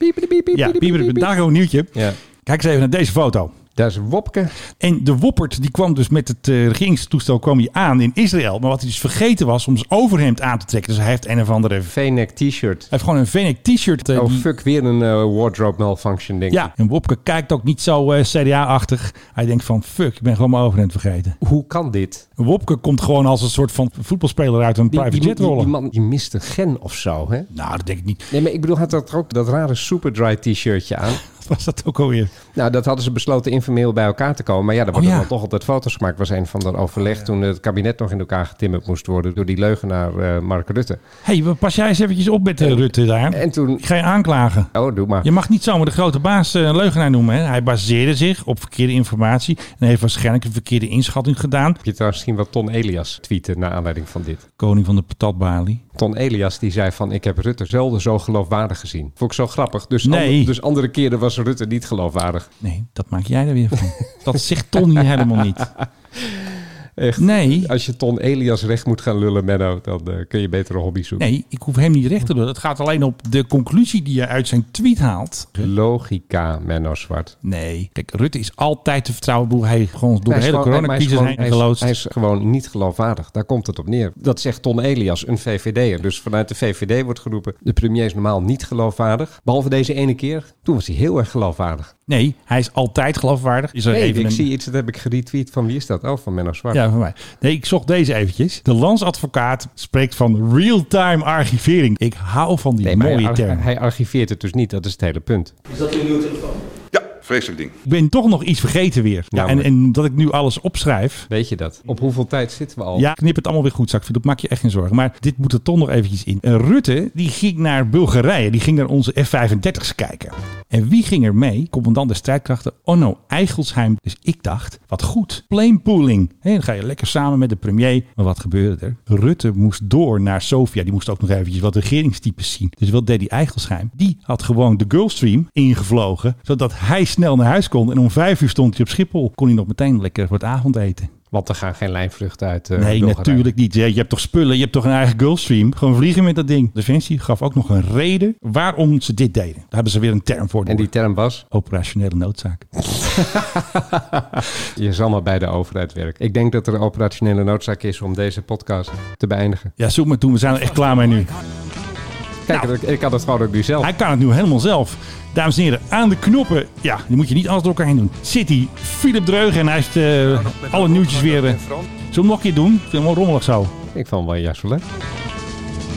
Speaker 4: ja, pieper, een nagekomen nieuwtje.
Speaker 5: Ja.
Speaker 4: Kijk eens even naar deze foto.
Speaker 5: Daar is Wopke.
Speaker 4: En de Woppert die kwam dus met het eh, regeringstoestel kwam hij aan in Israël. Maar wat hij dus vergeten was om zijn overhemd aan te trekken. Dus hij heeft een of andere... Hij
Speaker 5: V-neck t-shirt.
Speaker 4: heeft gewoon een Venek t-shirt. eh,
Speaker 5: Oh
Speaker 4: die-
Speaker 5: fuck, weer een eh, wardrobe malfunction ding.
Speaker 4: ja, en Wopke kijkt ook niet zo eh, CDA-achtig. Hij denkt van fuck, ik ben gewoon mijn overhemd vergeten.
Speaker 5: Hoe kan dit?
Speaker 4: Wopke komt gewoon als een soort van voetbalspeler uit een
Speaker 5: Die,
Speaker 4: private
Speaker 5: die, die,
Speaker 4: jet rollen.
Speaker 5: die man die mist een gen of zo, hè?
Speaker 4: Nou, dat denk ik niet.
Speaker 5: Nee, maar ik bedoel, had dat ook dat rare Superdry t-shirtje aan.
Speaker 4: Wat was dat ook alweer?
Speaker 5: Nou, dat hadden ze besloten informeel bij elkaar te komen. Maar ja, er worden
Speaker 4: Oh, ja. Oh,
Speaker 5: dan toch altijd foto's gemaakt. was een van dat overleg toen het kabinet nog in elkaar getimmerd moest worden... door die leugenaar eh, Mark Rutte.
Speaker 4: Hé, hey, pas jij eens eventjes op met eh, Rutte daar.
Speaker 5: En toen...
Speaker 4: Ik ga je aanklagen.
Speaker 5: Oh, doe maar.
Speaker 4: Je mag niet zomaar de grote baas eh, een leugenaar noemen. Hè? Hij baseerde zich op verkeerde informatie en heeft waarschijnlijk een verkeerde inschatting gedaan.
Speaker 5: Heb je trouwens misschien wat Ton Elias tweeten naar aanleiding van dit?
Speaker 4: Koning van de patatbalie.
Speaker 5: Ton Elias die zei van, ik heb Rutte zelden zo geloofwaardig gezien. Vond ik zo grappig. Dus,
Speaker 4: Nee.
Speaker 5: ander- dus andere keren was Rutte niet geloofwaardig.
Speaker 4: Nee, dat maak jij er weer van. dat zegt Ton hier helemaal niet.
Speaker 5: Echt.
Speaker 4: Nee,
Speaker 5: Als je Ton Elias recht moet gaan lullen, Menno, dan eh, kun je beter een hobby zoeken.
Speaker 4: nee, ik hoef hem niet recht te doen. Het gaat alleen op de conclusie die je uit zijn tweet haalt.
Speaker 5: Logica, Menno Zwart.
Speaker 4: Nee, kijk, Rutte is altijd te vertrouwen. Ik bedoel, Hij gewoon door de hele
Speaker 5: gewoon- maar hij is
Speaker 4: coronacrisis
Speaker 5: gewoon-
Speaker 4: heen
Speaker 5: hij is-
Speaker 4: geloodst.
Speaker 5: Hij is gewoon niet geloofwaardig. Daar komt het op neer. Dat zegt Ton Elias, een VVD'er. Dus vanuit de VVD wordt geroepen... de premier is normaal niet geloofwaardig. Behalve deze ene keer. Toen was hij heel erg geloofwaardig.
Speaker 4: Nee, hij is altijd geloofwaardig. Is er
Speaker 5: Nee,
Speaker 4: even
Speaker 5: ik
Speaker 4: een-
Speaker 5: zie iets, dat heb ik geretweet. Van wie is dat? Oh, van Menno Zwart.
Speaker 4: Ja, van mij. Nee, ik zocht deze eventjes. De landsadvocaat spreekt van real-time archivering. Ik hou van die
Speaker 5: Nee, maar
Speaker 4: mooie
Speaker 5: hij,
Speaker 4: term.
Speaker 5: hij archiveert het dus niet. Dat is het hele punt.
Speaker 3: Ja, vreselijk ding.
Speaker 4: Ik ben toch nog iets vergeten weer. Ja, en,
Speaker 5: Jammer.
Speaker 4: en dat ik nu alles opschrijf.
Speaker 5: Weet je dat? Op hoeveel tijd zitten we al?
Speaker 4: Ja, knip het allemaal weer goed, Zakfie. Dat maak je echt geen zorgen. Maar dit moet er toch nog eventjes in. Eh, Rutte, die ging naar Bulgarije. Die ging naar onze F-35's kijken. En wie ging er mee? Commandant der strijdkrachten Onno Eigelsheim. Dus ik dacht, wat goed. Planepooling. Hé, dan ga je lekker samen met de premier. Maar wat gebeurde er? Rutte moest door naar Sofia. Die moest ook nog eventjes wat regeringstypes zien. Dus wat deed die Eigelsheim? Die had gewoon de Gulfstream ingevlogen. Zodat hij snel naar huis kon. En om vijf uur stond hij op Schiphol. Kon hij nog meteen lekker wat avondeten.
Speaker 5: Want er gaan geen lijnvluchten uit eh,
Speaker 4: Nee,
Speaker 5: Bulgarije.
Speaker 4: natuurlijk niet. Je hebt toch spullen, je hebt toch een eigen Gulfstream. Gewoon vliegen met dat ding. Defensie gaf ook nog een reden waarom ze dit deden. Daar hebben ze weer een term voor.
Speaker 5: En die term was,
Speaker 4: Operationele noodzaak.
Speaker 5: je zal maar bij de overheid werken. Ik denk dat er een operationele noodzaak is om deze podcast te beëindigen.
Speaker 4: Ja, zoek maar toe. We zijn er echt klaar mee nu.
Speaker 5: Kijk, ik, ik had het gewoon ook nu zelf.
Speaker 4: Nou. Hij kan het nu helemaal zelf. Dames en heren, aan de knoppen. Ja, die moet je niet alles door elkaar heen doen. City, Philip Dreugen. En hij heeft eh, alle nieuwtjes weer... eh, Zullen we hem nog een keer doen? Ik vind hem wel rommelig zo.
Speaker 5: Ik vond hem wel jasselé.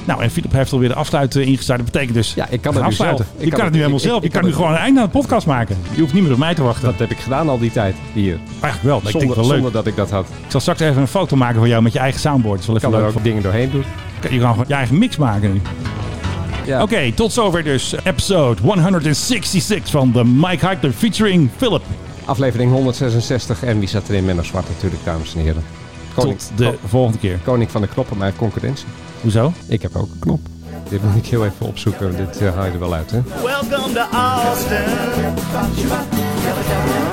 Speaker 4: Nou, en Philip heeft alweer de afsluit eh, ingestart. Dat betekent dus...
Speaker 5: Ja, ik kan
Speaker 4: we
Speaker 5: het nu
Speaker 4: gaan afsluiten.
Speaker 5: zelf. Ik
Speaker 4: Je kan, het nu helemaal
Speaker 5: ik- ik-
Speaker 4: zelf.
Speaker 5: ik
Speaker 4: je kan,
Speaker 5: kan
Speaker 4: nu
Speaker 5: het-
Speaker 4: gewoon een einde aan de podcast maken. Je hoeft niet meer op mij te wachten.
Speaker 5: Dat heb ik gedaan al die tijd hier.
Speaker 4: Eigenlijk wel. maar ik denk
Speaker 5: Zonder,
Speaker 4: wel leuk.
Speaker 5: zonder dat ik dat had.
Speaker 4: Ik zal straks even een foto maken van jou met je eigen soundboard. Dat is wel
Speaker 5: Ik
Speaker 4: even
Speaker 5: kan er
Speaker 4: leuk.
Speaker 5: ook dingen doorheen doen.
Speaker 4: Je kan gewoon je eigen mix maken nu.
Speaker 5: Ja.
Speaker 4: Oké, tot zover dus episode 166 van de Mike Hyper featuring Philip.
Speaker 5: Aflevering 166. En wie zat erin? Menno Zwart natuurlijk, dames en heren. Koning,
Speaker 4: Tot de
Speaker 5: ko-
Speaker 4: volgende keer.
Speaker 5: koning van de knoppen, maar concurrentie.
Speaker 4: Hoezo?
Speaker 5: Ik heb ook een knop. Dit moet ik heel even opzoeken. want Dit eh, haal je er wel uit, hè?
Speaker 2: Welcome to Austin.